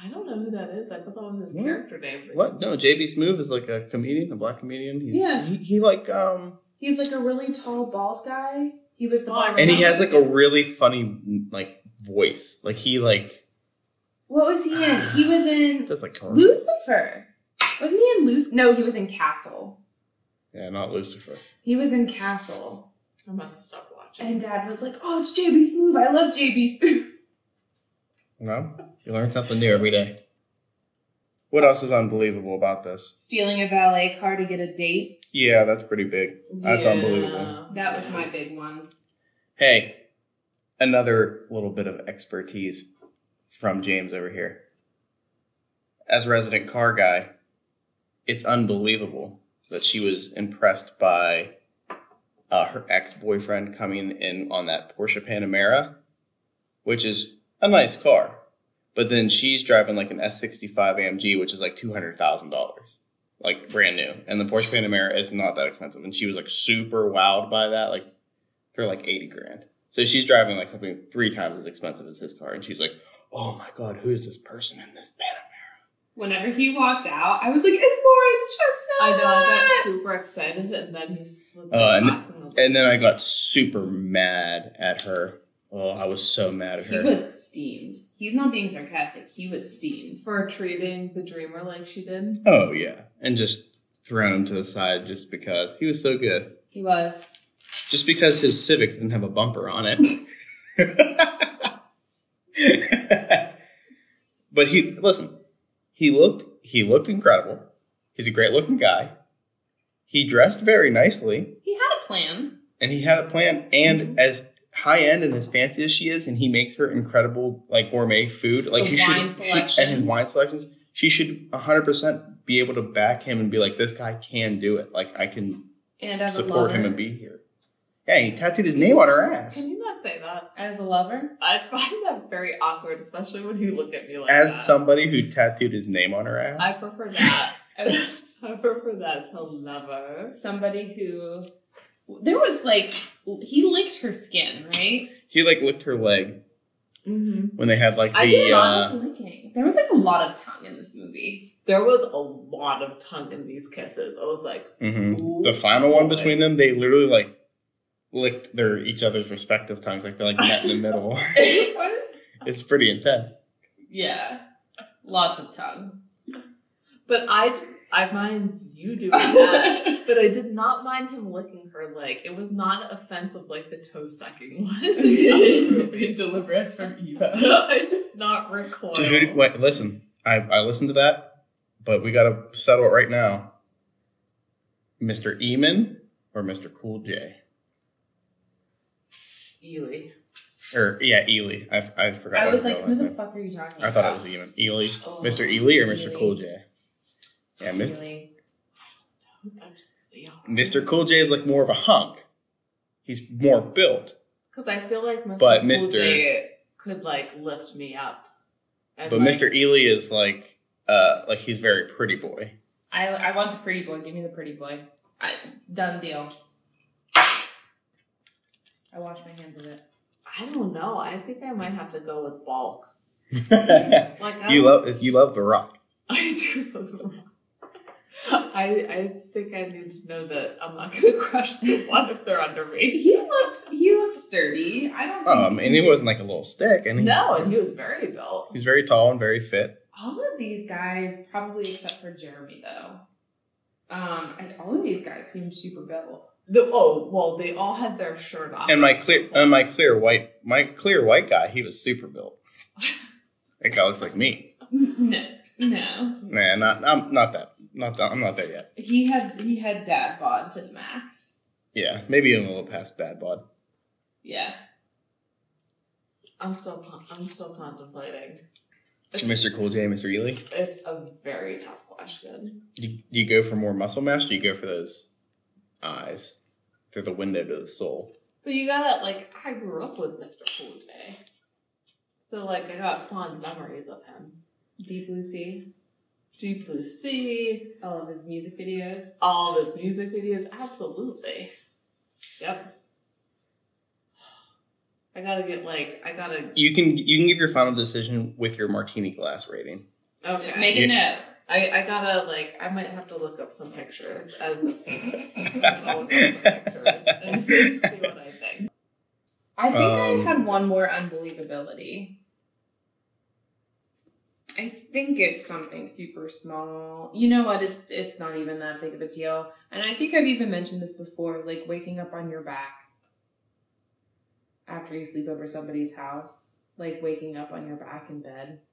I don't know who that is. I thought that was his
What?
character name. but-
what? No, JB Smooth is like a comedian, a black comedian. He's,
Yeah.
he, he like um
He's like a really tall, bald guy. He was the
Well, I
barber.
and he has like a really funny like voice. Like he like
What was he in? He was
*sighs*
in
does like horror-
Lucifer. Wasn't he in Lucifer? No, he was in Castle.
Yeah, not Lucifer.
He was in Castle.
I must have stopped watching.
And Dad was like, "Oh, it's JB's move. I love JB's move."
No, you learn something new every day. What else is unbelievable about this?
*laughs* Stealing a valet car to get a date.
Yeah, that's pretty big. That's
Yeah.
unbelievable.
That was my big one.
Hey, another little bit of expertise from James over here. As a resident car guy, it's unbelievable that she was impressed by uh, her ex boyfriend coming in on that Porsche Panamera, which is a nice car. But then she's driving like an S65 AMG, which is like $200,000, like brand new. And the Porsche Panamera is not that expensive. And she was like super wowed by that. Like, they're like 80 grand. So she's driving like something three times as expensive as his car. And she's like, oh my God, who is this person in this Panamera?
Whenever he walked out, I was like, "It's Morris
I know,
Chestnut."
I got super excited and then he's
Uh, and-
talking about-
And then I got super mad at her. Oh, I was so mad at
He
her.
was steamed. He's not being sarcastic. He was steamed.
for treating the dreamer like she did.
Oh, yeah. And just thrown him to the side just because he was so good.
He was.
Just because his Civic didn't have a bumper on it. *laughs* but he listen, he looked he looked incredible. He's a great looking guy. He dressed very nicely.
He had a plan.
and he had a plan.
Mm-hmm.
And as high end and as fancy as she is, and he makes her incredible like gourmet food, like
The
he
wine
should, she- and his
selections.
wine selections, she should hundred percent be able to back him and be like, this guy can do it. Like I can
And as a
support
lover,
him and be here. Yeah, he tattooed his name on her ass.
Can you not say that?
as a lover,
I find that very awkward, especially when you look at me like
As
that.
somebody who tattooed his name on her
I
ass,
prefer that.
as
*laughs*
*laughs*
I prefer that till never.
somebody who there was like he licked her skin, right?
he like licked her leg
Mm-hmm.
when they had like
I
the
did
uh,
not-
Licking. There was like a lot of tongue in this movie. *laughs*
There was a lot of tongue in these kisses. I was like,
mhm.
ooh,
the final one
boy.
between them. They literally like licked their each other's respective tongues, like they like met in the middle. *laughs*
It was
it's pretty intense.
yeah, lots of *laughs* tongue.
But I, I mind you *laughs* doing that. but I did not mind him licking her leg. It was not offensive like the toe sucking *laughs* was.
*laughs*
*laughs*
Deliverance from Eva.
I did not recoil.
Dude, who did- wait, listen. I, I listened to that, but we gotta settle it right now. Mr. Eamon or Mr. Cool J?
Ely.
Or yeah, Ely. I, f- I forgot.
I
what
was
his
like,
real
who
last
the
name.
fuck are you talking about?
I thought it was Eamon. Ely,
Oh,
Mr. Ely or Mr.
Ely.
Cool J? Yeah, Mr.
Really?
That's really hard.
Mr. Cool J is like more of a hunk. He's more built,
Because I feel like Mr.
But
Cool
Mr.
J could like lift me up. And,
but
like,
Mr. Ely is like uh like he's very
*laughs*
pretty boy.
I I want the pretty boy. Give me the pretty boy. I, done deal. I wash my hands of it.
I don't know. I think I might have to go with bulk. Like I
you
don't-
love you love The Rock.
*laughs* I do love the rock. I I think I need to know that I'm not gonna *laughs* crush someone if they're under me.
He looks he looks sturdy. I don't think
Um, and he wasn't like a little stick, and he's,
No, and he was very built.
he's very tall and very fit.
all of these guys, probably except for Jeremy though. Um, and all of these guys seem super built. *laughs*
The, oh well, they all had their shirt off.
And my clear uh, and my clear white my clear white guy, he was super built. that guy looks like me.
No, no.
Nah, not I'm not that not that, I'm not there yet.
He had he had dad bod to the max.
Yeah, maybe even a little past bad bod.
Yeah.
I'm still con- I'm still contemplating. It's,
Mr. Cool J, Mr. Ely,
it's a very tough question.
you, you go for more muscle mass. Or you go for those eyes through the window to the soul.
But you gotta like I grew up with Mr. Cool J, so like I got fond memories of him.
Deep Blue Sea.
Deep Blue Sea,
All of his music videos.
all of his music videos, absolutely. Yep. *sighs* I gotta get like I gotta
You can you can give your final decision with your martini glass rating.
okay.
Make a note.
I, I gotta like I might have to look up some pictures as I'll look up some pictures and see see what I think.
I think
Um,
I had one more unbelievability. I think it's something super small. You know what? It's it's not even that big of a deal. And I think I've even mentioned this before, like waking up on your back after you sleep over somebody's house, like waking up on your back in bed.
*laughs*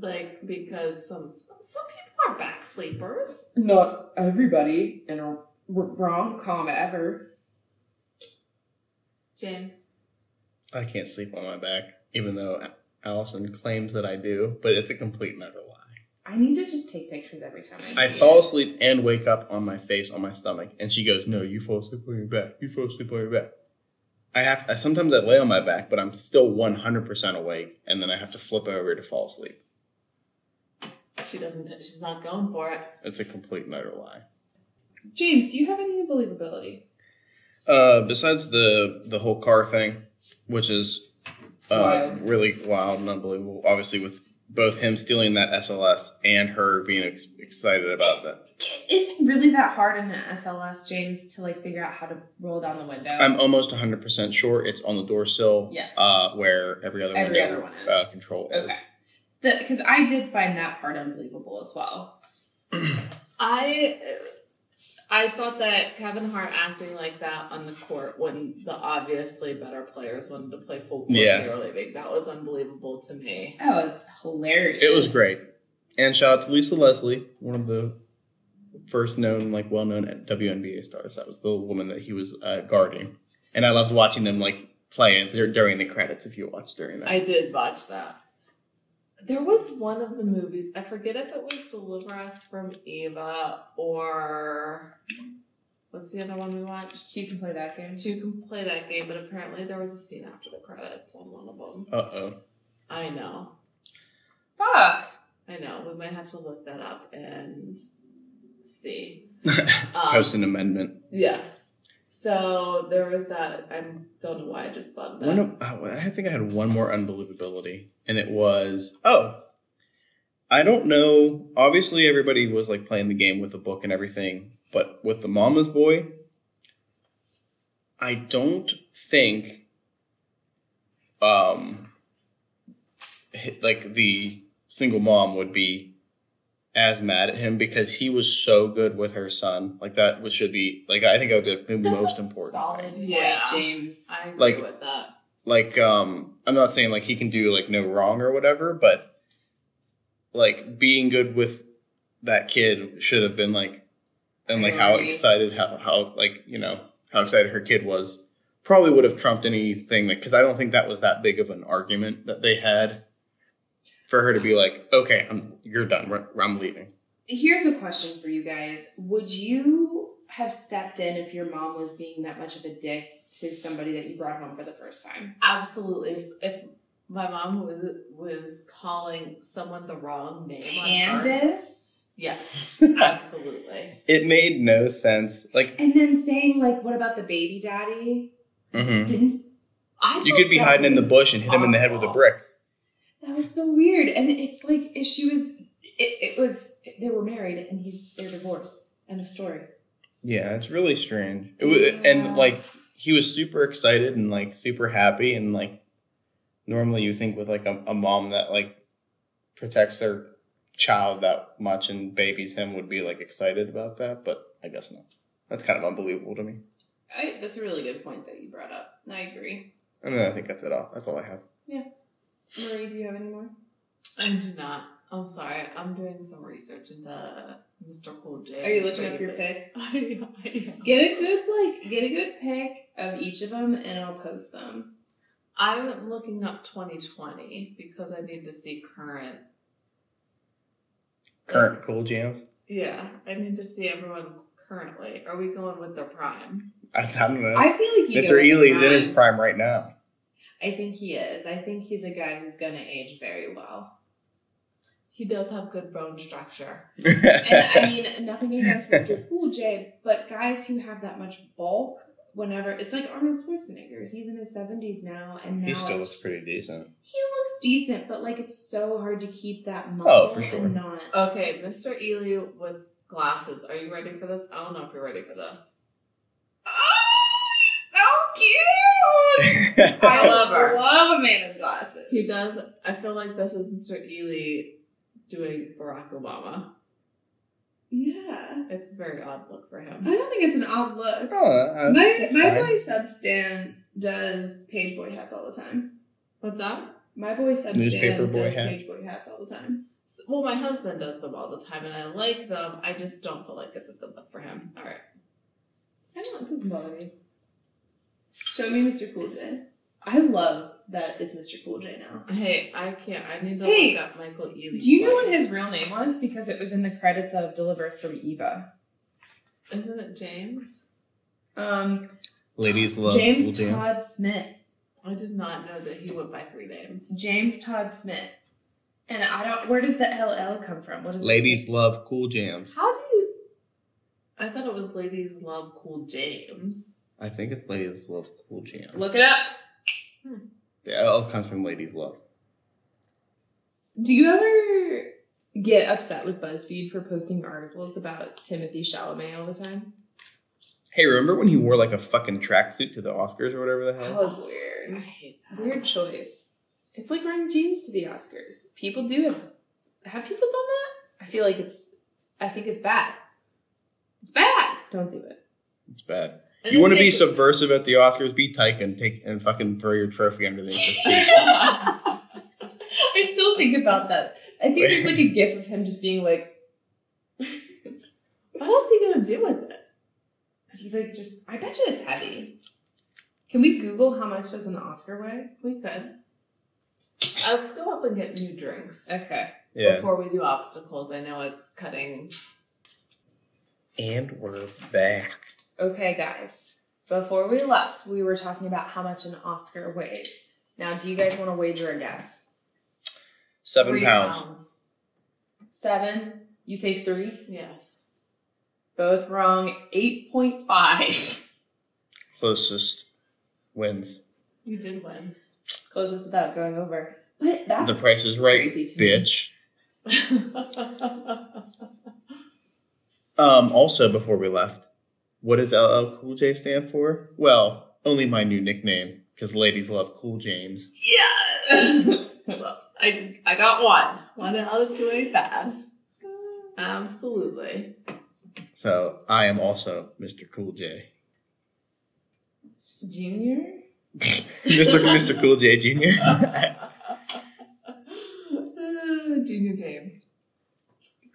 Like because some some people are back sleepers.
Not everybody in a rom com ever.
James,
I can't sleep on my back, even though Allison claims that I do, but it's a complete and utter lie.
I need to just take pictures every time I.
I
see it.
fall asleep and wake up on my face, on my stomach, and she goes, "No, you fall asleep on your back. You fall asleep on your back." I have. I, sometimes I lay on my back, but I'm still 100 percent awake, and then I have to flip over to fall asleep.
she doesn't. She's not going for it.
It's a complete and utter lie.
James, do you have any unbelievability?
Uh, besides the the whole car thing, which is uh,
Wild.
really wild and unbelievable. Obviously, with both him stealing that SLS and her being ex- excited about that,
Is it really that hard in an SLS, James, to like figure out how to roll down the window?
I'm almost 100 percent sure it's on the door sill.
Oh. Yeah.
Uh, where every other
Every
window
other one is.
Uh, control
Okay.
is.
Because I did find that part unbelievable as well.
I I thought that Kevin Hart acting like that on the court when the obviously better players wanted to play full court
Yeah.
they were leaving that was unbelievable to me.
That was hilarious.
It was great. And shout out to Lisa Leslie, one of the first known, like well known WNBA stars. That was the woman that he was uh, guarding. And I loved watching them like play dur- during the credits. If you watch during that,
I did watch that. There was one of the movies I forget if it was Deliver Us from Eva or what's the other one we watched?
Two can play that game.
Two can play that game, but apparently there was a scene after the credits on one of them.
uh oh,
I know.
Fuck.
I know. We might have to look that up and see. Um,
post an amendment.
Yes. So there was that. I don't know why I just thought of that.
One of, oh, I think I had one more unbelievability, and it was oh, I don't know. Obviously, everybody was like playing the game with the book and everything, but with the Mama's Boy, I don't think, um, hi- like the single mom would be as mad at him because he was so good with her son. Like that was, should be like I think I would be the most important.
Solid point,
Yeah.
James.
I agree
like-
with that.
like um i'm not saying like he can do like no wrong or whatever but like being good with that kid should have been like and like how
Priority.
excited how how like you know how excited her kid was probably would have trumped anything like because i don't think that was that big of an argument that they had for her to be like okay i'm you're done We're- i'm leaving
Here's a question for you guys. Would you have stepped in if your mom was being that much of a dick to somebody that you brought home for the first time?
Absolutely. If my mom was, was calling someone the wrong name, on her-
Candace?
*laughs*
Yes, absolutely.
it made no sense like
And then saying, like, what about the baby daddy?
mhm.
Didn't
I
you
thought
could
Mm-hmm. Oh,
be
that
hiding in the
was-
bush and hit him in the head with a
awful.
brick
That was so weird. And it's like if she was, it, it was they were married and he's they're divorced. End of story.
Yeah, it's really strange. It was,
Yeah.
and like he was super excited and like super happy and like normally you think with like a, a mom that like protects their child that much and babies him would be like excited about that, but I guess not. That's kind of unbelievable to me.
I, that's a really good point that you brought up. I agree.
And then I think that's it all. That's all I have.
Marie, do you have any more?
I do not. I'm sorry. I'm doing some research into Mr. Cool J.
Are you looking up your pics?
*laughs* I am, I am.
Get a good like get a good pic of each of them and I'll post them.
I'm looking up 2020 because I need to see current.
Current cool jams.
Yeah, I need to see everyone currently. Are we going with their prime?
I, I don't know.
I feel like you
Mr. Ely's in his prime right now.
I think he is. I think he's a guy who's gonna age very well.
He does have good bone structure.
And
*laughs*
I mean nothing against Mr. Cool J, but guys who have that much bulk. Whenever it's like Arnold Schwarzenegger, he's in his seventies now, and now
he still
it's
looks pretty *laughs* decent.
He looks decent, but like it's so hard to keep that muscle
Oh, for sure.
and not.
Okay, Mr. Ely with glasses. Are you ready for this? I don't know if you're ready for this.
Oh, he's so *laughs* I love her.
Love a man in glasses.
He does. I feel like this is insert Ely doing Barack Obama.
Yeah.
It's a very odd look for
I
him.
don't think it's an odd look. my
Oh, that's
my
fine.
boy Substan does page boy hats all the time.
What's that?
My boy Substan
Newspaper boy
does
hat.
page boy hats all the time.
S- Well, my husband does them all the time, and I like them. I just don't feel like it's a good look for him. All right.
I don't. It doesn't bother me. Show me Mr. Cool J. I love that it's Mr. Cool J now.
Hey, I can't. I need to
Hey,
look up Michael Ely.
Do you know what his real name was? Because it was in the credits of Deliver Us from Eva.
Isn't it James?
Um,
Ladies love
James
cool jams.
Todd Smith.
I did not know that he went by three names.
James Todd Smith. And I don't. Where does the LL come from? What is
Ladies love cool jams.
How do you? I thought it was ladies love cool James.
I think it's ladies love cool jam.
Look it up.
The L comes from ladies love.
Do you ever get upset with BuzzFeed for posting articles about Timothy Chalamet all the time?
Hey, remember when he wore like a fucking tracksuit to the Oscars or whatever the hell?
was
I
weird.
hate that.
Weird choice. It's like wearing jeans to the Oscars. People do them. Have people done that? I feel like it's. I think it's bad. It's bad. Don't do it.
It's bad.
And
you
his
want to be
name-
*laughs*
subversive at the Oscars? Be tyke and take and fucking throw your trophy underneath the seat.
I still think about that. I think there's
*laughs*
like a gif of him just being like, *laughs*
What else are you gonna do with it?
he's like just. I bet you it's heavy. Can we Google how much does an Oscar weigh?
We could. Uh, Let's go up and get new drinks
Okay.
Yeah.
before we do obstacles. I know it's cutting.
And we're back.
Okay, guys. Before we left, we were talking about how much an Oscar weighs. Now, do you guys want to wager a guess?
Seven
three
pounds.
Seven. You say three.
Yes.
Both wrong. Eight point five. *laughs*
Closest wins.
You did
*laughs*
win.
Closest without going over. But that's
the price is right,
crazy to me.
bitch. Um, also, before we left, what does LL Cool J stand for? Well, only my new nickname, because ladies love Cool James.
yes! so I, I got one. One out of two ain't bad. Absolutely.
So I am also Mr. Cool J. *laughs*
junior. *gasps*
Mr. Mr. Cool J Jr.
Uh, Junior James.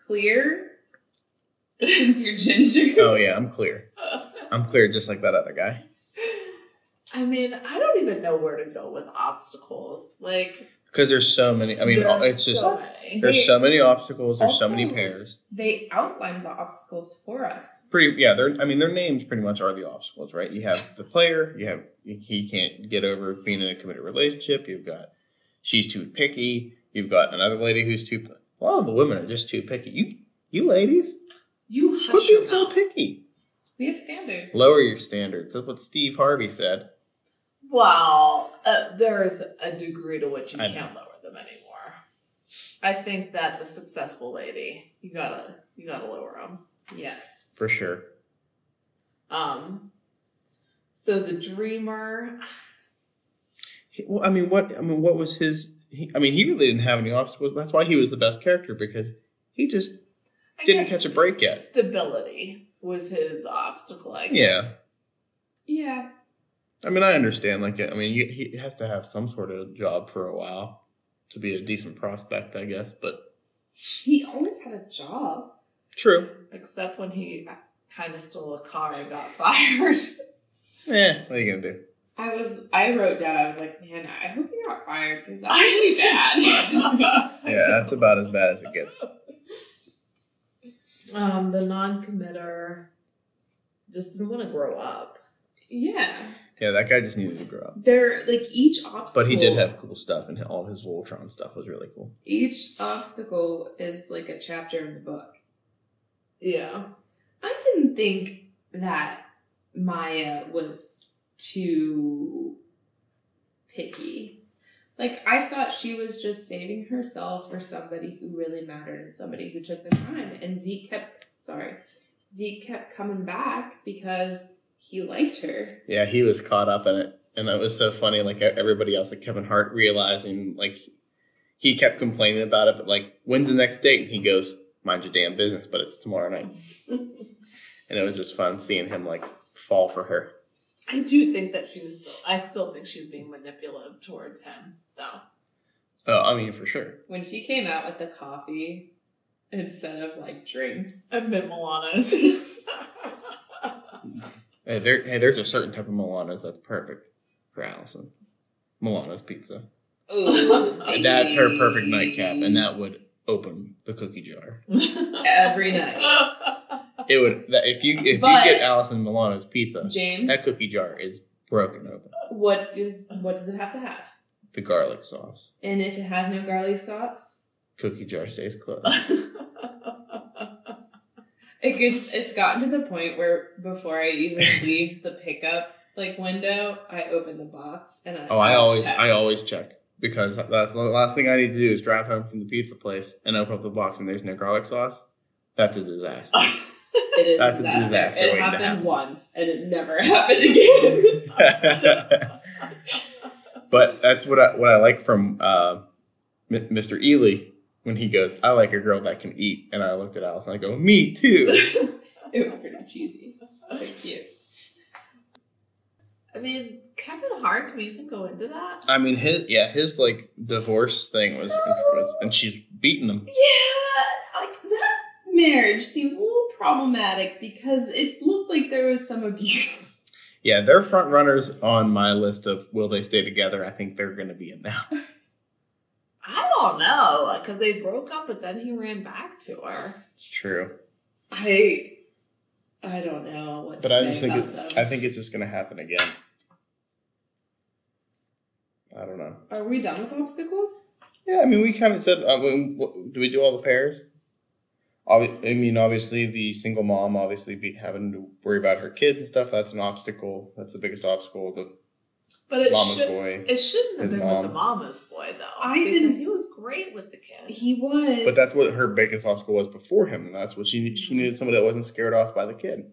Clear. *laughs* Since you're ginger.
*laughs* oh yeah, I'm clear. I'm clear just like that other guy.
I mean, I don't even know where to go with obstacles. Like,
Because there's so many I mean
there are
it's just
so many.
there's so many obstacles, there's so many
Also-
pairs.
They outlined the obstacles for us.
Pretty yeah, they're I mean their names pretty much are the obstacles, right? You have the player, you have he can't get over being in a committed relationship, you've got she's too picky, you've got another lady who's too a lot of the women are just too picky. You you ladies,
you
quit
hush
being
your
so
mouth.
picky.
We have standards.
Lower your standards. That's what Steve Harvey said.
Well, uh, there's a degree to which you
I
can't lower them anymore. I think that the successful lady, you gotta, you gotta lower them.
Yes.
For sure.
Um, so the dreamer,
Well, I mean, what I mean, what was his? He, I mean, he really didn't have any obstacles. That's why he was the best character because he just
I
didn't
guess
catch a break yet.
Stability was his obstacle. I guess.
Yeah.
Yeah.
I mean, I understand. Like, I mean, you, he has to have some sort of job for a while to be a decent prospect, I guess. But
He always had a job.
true.
Except when he kind of stole a car and got *laughs* fired.
Eh, what are you gonna do?
I was. I wrote down. I was like, man, I hope you got fired because that's
*laughs*
I
really
*laughs*
bad.
Yeah, that's about as bad as it gets.
um, the non-committer just didn't want to grow up.
yeah,
Yeah, that guy just needed to grow up.
they're like each obstacle.
But he did have cool stuff, and all his Voltron stuff was really cool.
each obstacle is like a chapter in the book.
Yeah.
I didn't think that Maya was too picky. Like I thought she was just saving herself for somebody who really mattered and somebody who took the time. And Zeke kept sorry, Zeke kept coming back because he liked her.
Yeah, he was caught up in it. and that was so funny. Like e-, everybody else, like Kevin Hart realizing, like he kept complaining about it, but like, when's the next date? And he goes, "Mind your damn business," but it's tomorrow night. and it was just fun seeing him like fall for her.
I do think that she was still. I still think she was being manipulative towards him, though.
Oh, I mean, for sure.
When she came out with the coffee instead of like drinks.
A bit *laughs* Milano's.
Hey, there, hey, there's a certain type of Milano's that's perfect for Allison. Milano's pizza.
Ooh,
That's her perfect
baby.
nightcap, and that would open the cookie jar.
*laughs* every night.
It would that, if you if
But-
you get Allison Milano's pizza,
James,
that cookie jar is broken open.
what does what does it have to have?
The garlic sauce
And if it has no garlic sauce,
cookie jar stays closed. *laughs*
it gets it's gotten to the point where before I
*laughs*
even leave the pickup like window, I open the box and I
Oh, I always
check.
I always check because that's the last thing I need to do is drive home from the pizza place and open up the box and there's no garlic sauce. That's a disaster. *laughs*
it is
that's a
disaster.
disaster
It
waiting to
happened
happen.
once and it never *laughs* happened again.
but that's what I what I like from uh, M- Mr. Ely when he goes, "I like a girl that can eat," and I looked at Alice and I go, "Me too."
it was pretty cheesy. But cute.
I mean, Kevin Hart. Do we even go into that?
I mean, his yeah, his like divorce thing was, was- and she's beating him.
Yeah, like that marriage seems a little problematic because it looked like there was some abuse.
Yeah, they're front runners on my list of will they stay together. I think they're going to be in now.
I don't know, because they broke up, but then he ran back to her.
It's true,
I I don't know what
but
to
I
say
just think
about
it, I
them.
think it's just going to happen again. I don't know.
Are we done with obstacles?
Yeah, I mean, we kind of said, I mean, wh- do we do all the pairs? Obvi- I mean, obviously, the single mom, obviously, be having to worry about her kids and stuff, that's an obstacle. That's the biggest obstacle. The
But it
mama's
should.
boy.
It shouldn't have
His
been
mom.
with the mama's boy though.
I
because
didn't-
He was great with the kid.
He was
But that's what her biggest obstacle was before him, and that's what she needed. She needed somebody that wasn't scared off by the kid.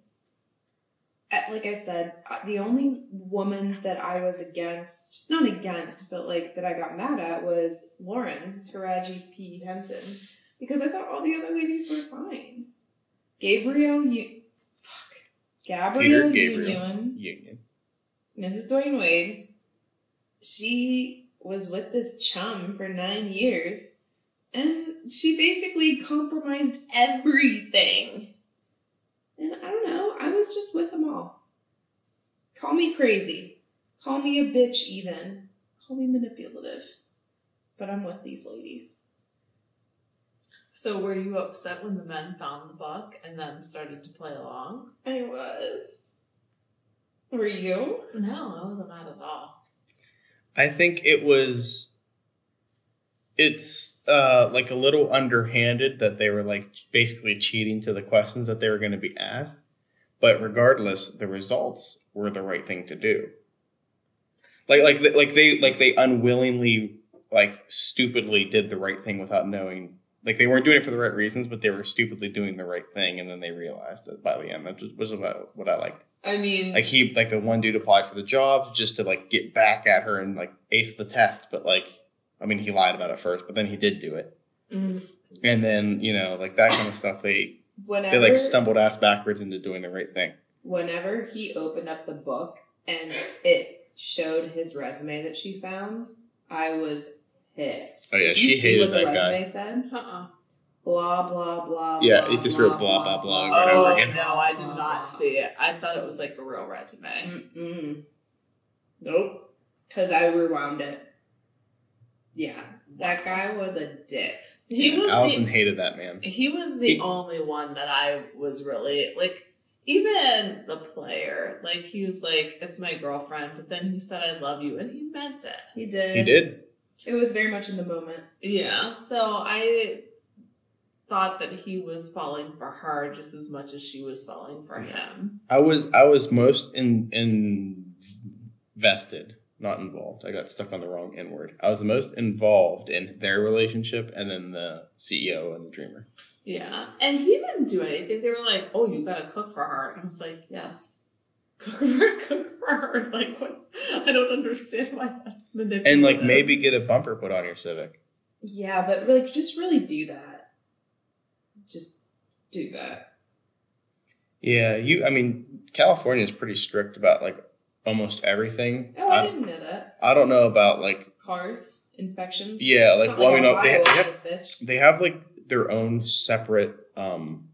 I- uh, like I said, I- the only woman that I was against, not against, but like that I got mad at was Lauren Taraji P. Henson because I thought all the other ladies were fine. Gabriel, you, fuck, Gabrielle
Gabriel.
Union,
Union.
Mrs. Dwayne Wade, she was with this chum for nine years and she basically compromised everything. And I don't know, I was just with them all. Call me crazy. Call me a bitch, even. Call me manipulative. But I'm with these ladies.
So were you upset when the men found the book and then started to play along?
I was. Were you?
No, I wasn't mad at all.
I think it was. It's uh, like a little underhanded that they were like basically cheating to the questions that they were going to be asked. But regardless, the results were the right thing to do. Like like th- like they like they unwillingly like stupidly did the right thing without knowing. Like they weren't doing it for the right reasons, but they were stupidly doing the right thing, and then they realized it by the end. That just was about what I liked
I mean,
like he like the one dude applied for the job just to like get back at her and like ace the test but like i mean he lied about it first but then he did do it
mm,
and then you know like that kind of stuff they
whenever.
they like stumbled ass backwards into doing the right thing
whenever he opened up the book and it showed his resume that she found, I was pissed.
Oh, yeah,
Did you
she
see
hated
what the
that guy.
resume said?
Uh-uh.
Blah blah blah.
Yeah,
blah,
it just
blah,
wrote blah, blah, blah over and
Oh
over
blah,
again.
no, I did
blah.
not see it. I thought it was like a real resume.
Mm-mm. Nope. Because I rewound it. Yeah, that guy was a dick.
He was
allison
the
hated that man
he was the
He-
only one that I was really like. Even the player, like he was like, "It's my girlfriend," but then he said, "I love you," and he meant it.
He did.
he did
It was very much in the moment.
Yeah, so I thought that he was falling for her just as much as she was falling for him.
i was i was most in, in vested not involved i got stuck on the wrong n word i was the most involved in their relationship and then the ceo and the dreamer
Yeah, and he didn't do anything. They were like, "Oh, you gotta cook for her," and I was like, "Yes, *laughs* cook for cook for her. Like what? I don't understand why that's manipulative.
And like maybe get a bumper put on your Civic.
Yeah, but like just really do that. Just do that.
Yeah, you. I mean, California is pretty strict about like almost everything.
Oh, I,
I,
didn't know that.
I don't know about like
Cars inspections.
yeah,
It's
like
not
well, I mean,
Ohio
they, ha- they
with
have
this bitch.
they have like their own separate um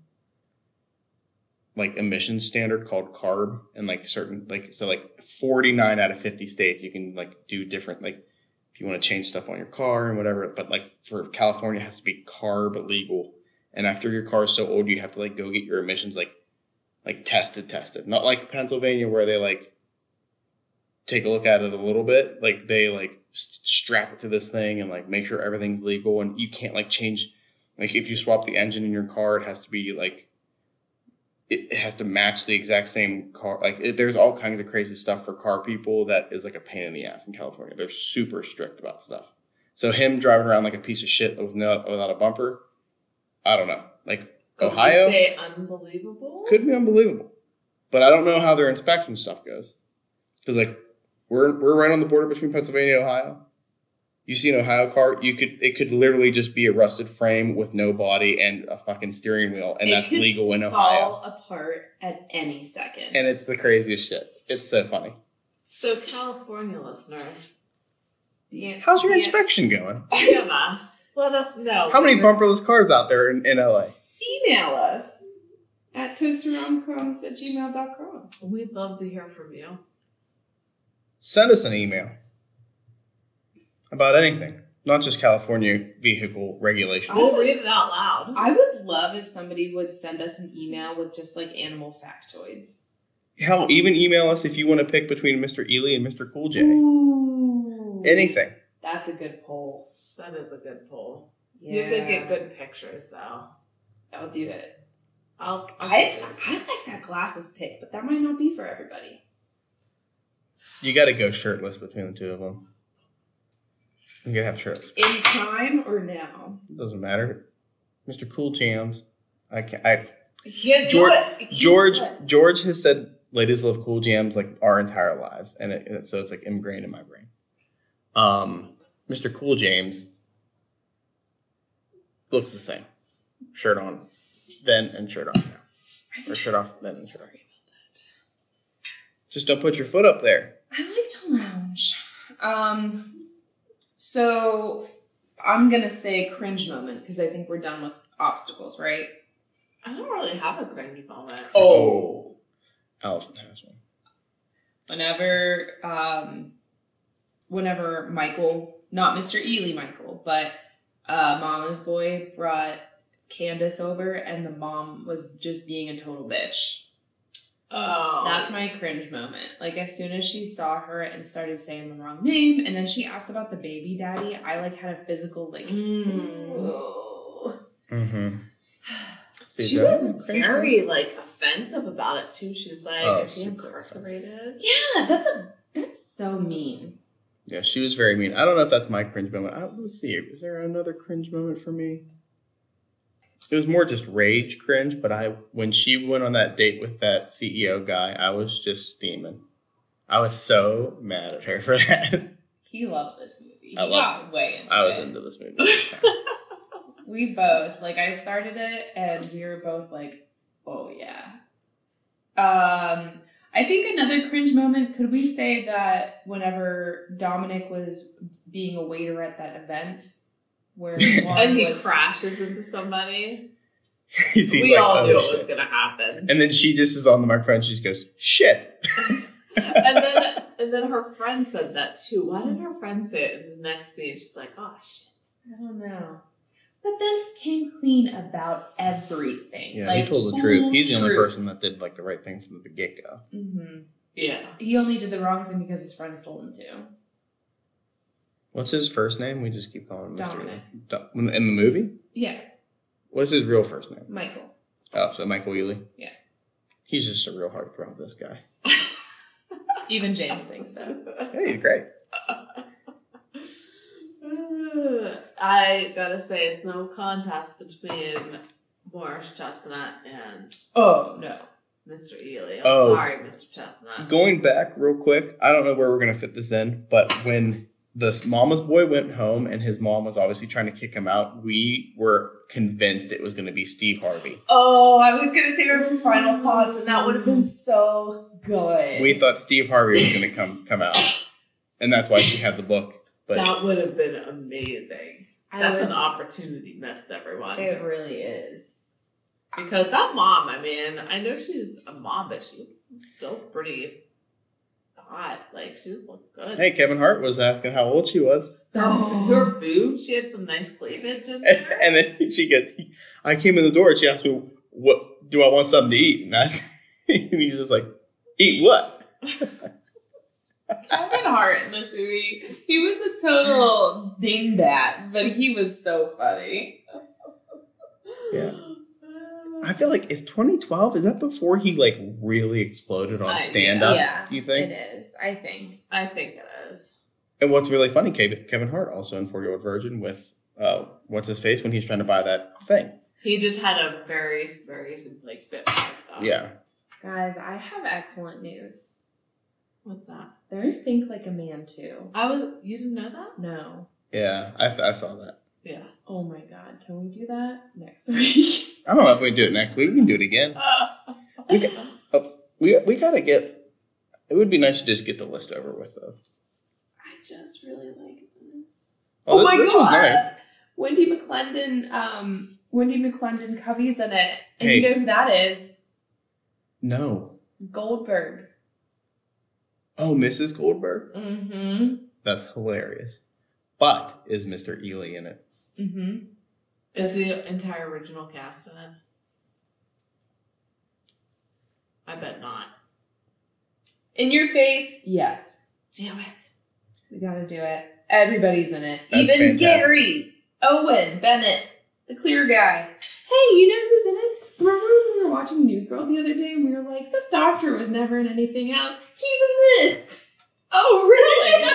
like emission standard called carb and like certain like so like 49 out of 50 states you can like do different like if you want to change stuff on your car and whatever but like for california it has to be carb legal and after your car is so old you have to like go get your emissions like like tested tested not like pennsylvania where they like take a look at it a little bit like they like s- strap it to this thing and like make sure everything's legal and you can't like change like if you swap the engine in your car it has to be like it it has to match the exact same car like it, there's all kinds of crazy stuff for car people that is like a pain in the ass in california they're super strict about stuff so him driving around like a piece of shit with no, without a bumper i don't know like
Could
ohio
You say unbelievable.
could be unbelievable. But I don't know how their inspection stuff goes. Because, like, we're, we're right on the border between Pennsylvania and Ohio. You see an Ohio car, you could it could literally just be a rusted frame with no body and a fucking steering wheel, and
It
that's
could
legal in Ohio.
Fall apart at any second.
And it's the craziest shit. It's so funny.
so California listeners,
DM,
How's your
DM
inspection going?
DM us. Let us know.
How many bumperless cars out there in, in LA?
Email us at toasterromcoms at gmail.com.
We'd love to hear from you.
Send us an email about anything, not just California vehicle regulations.
We'll read it out loud.
I would love if somebody would send us an email with just like animal factoids.
Hell, even email us if you want to pick between Mr. Ely and Mr. Cool J.
Ooh.
Anything.
That's a good poll.
That is a good poll.
Yeah.
You have to get good pictures though.
I'll do it.
I'll, I'll
I, I like that glasses pick, but that might not be for everybody.
You got to go shirtless between the two of them. You gotta have shirts.
In time or now?
It doesn't matter. Mr. Cool Jams. I can't. I,
can't
Geor-
it.
George George has said ladies love cool jams like our entire lives, and it, it- so it's like ingrained in my brain. Um, Mr. Cool James looks the same, shirt on, then and shirt off now, or shirt off then and shirt off. Just don't put your foot up there.
I like to lounge. Um, so I'm gonna say cringe moment because I think we're done with obstacles, right?
I don't really have a cringy moment.
Oh, Allison has one.
Whenever, um, whenever Michael, not Mr. Ely Michael, but uh, Mama's boy brought Candace over, and the mom was just being a total bitch.
Oh,
That's my cringe moment. Like as soon as she saw her and started saying the wrong name, and then she asked about the baby daddy, I like had a physical like.
Mm.
Whoa.
Mm-hmm. See,
She
that-
was very like offensive about it too. She's like,
Oh,
"Is he
super
incarcerated?"
Yeah, that's a that's so mean.
Yeah, she was very mean. I don't know if that's my cringe moment. I, let's see. Was there another cringe moment for me? It was more just rage cringe, but I when she went on that date with that CEO guy, I was just steaming. I was so mad at her for *laughs* that.
He loved this movie.
I
he
loved
got way into
I was
it.
into this movie. Big
*laughs*
time.
We both like I started it, and we were both like, "Oh yeah." Um, I think another cringe moment. Could we say that whenever Dominic was being a waiter at that event,
*laughs*
where Juan
And he
was
crashes into somebody.
He's- he's
we
like,
all
"Oh,
knew
shit."
it was gonna happen.
And then she just is on the microphone. She just goes, "Shit."
and then and then her friend said that too. Why did her friend say it in the next scene? She's like, "Oh shit."
I don't know. But then he came clean about everything.
Yeah,
like,
he told the truth. He's the only person that did like the right thing from the get go.
hmm
Yeah.
He only did the wrong thing because his friends told him to.
What's his first name? We just keep calling him Mr.
Dominic.
Do- in the movie.
Yeah,
What's his real first name?
Michael.
Oh, so Michael Ely.
Yeah.
He's just a real heartthrob, this guy.
Even James thinks so.
Yeah, he's great.
I gotta say, it's no contest between Morris Chestnut and
Oh no.
Mr. Ely. I'm
Oh.
sorry, Mr. Chestnut.
Going back real quick, I don't know where we're gonna fit this in, but when this mama's boy went home and his mom was obviously trying to kick him out, we were convinced it was gonna be Steve Harvey.
Oh, I was gonna save it for final thoughts, and that would have been so good.
We thought Steve Harvey was gonna come come out, and that's why she had the book. But
that would have been amazing.
I
That's
was-
an opportunity missed, everyone.
It really is.
Because that mom, I mean, I know she's a mom, but she was still pretty hot. Like she was looked good.
hey, Kevin Hart was asking how old she was,
Her,
*laughs* Oh.
her boobs, she had some nice cleavage in
and,
there.
*laughs* and then she gets, I came in the door and she asked me, "What do I want something to eat?" And I, *laughs* s- and he's just like, "Eat what?"
Kevin Hart in this movie, he was a total dingbat, but he was so funny.
Yeah.
*gasps*
I feel like is 2012 is that before he like really exploded
Uh,
on stand up?
yeah,
You
it
think?
is. I think.
I think it is.
And what's really funny, Kevin Kevin Hart also in 40 Year Old Virgin with uh, what's his face when he's trying to buy that thing.
He just had a very, very like bit. Like
Yeah,
Guys, I have excellent news.
What's that?
There's Think Like a Man too.
I was. You didn't know that?
No.
yeah, I, I saw that.
Yeah.
Oh my god, can we do that
*laughs*
next week?
I don't know if we do it next week. We can do it again.
Uh,
We ca- oops, we we gotta get. It would be nice to just get the list over with though.
I just really like this.
Oh,
Oh
thi-
my
this was
God.
nice.
Wendy McClendon, um, Wendy McClendon Covey's in it. And
Hey.
you know who that is?
No.
Goldberg.
Oh, Mrs. Goldberg.
Mm-hmm.
That's hilarious. But is Mr. Ely in it?
Mm-hmm.
Is the entire original cast in it? I bet not.
In your face.
yes.
Damn it.
We gotta do it. Everybody's in it.
That's
Even
fantastic.
Gary, Owen, Bennett, the clear guy.
Hey, you know who's in it? Remember when we were watching New Girl the other day and we were like, this doctor was never in anything else. He's in this.
Oh,
*laughs*
really?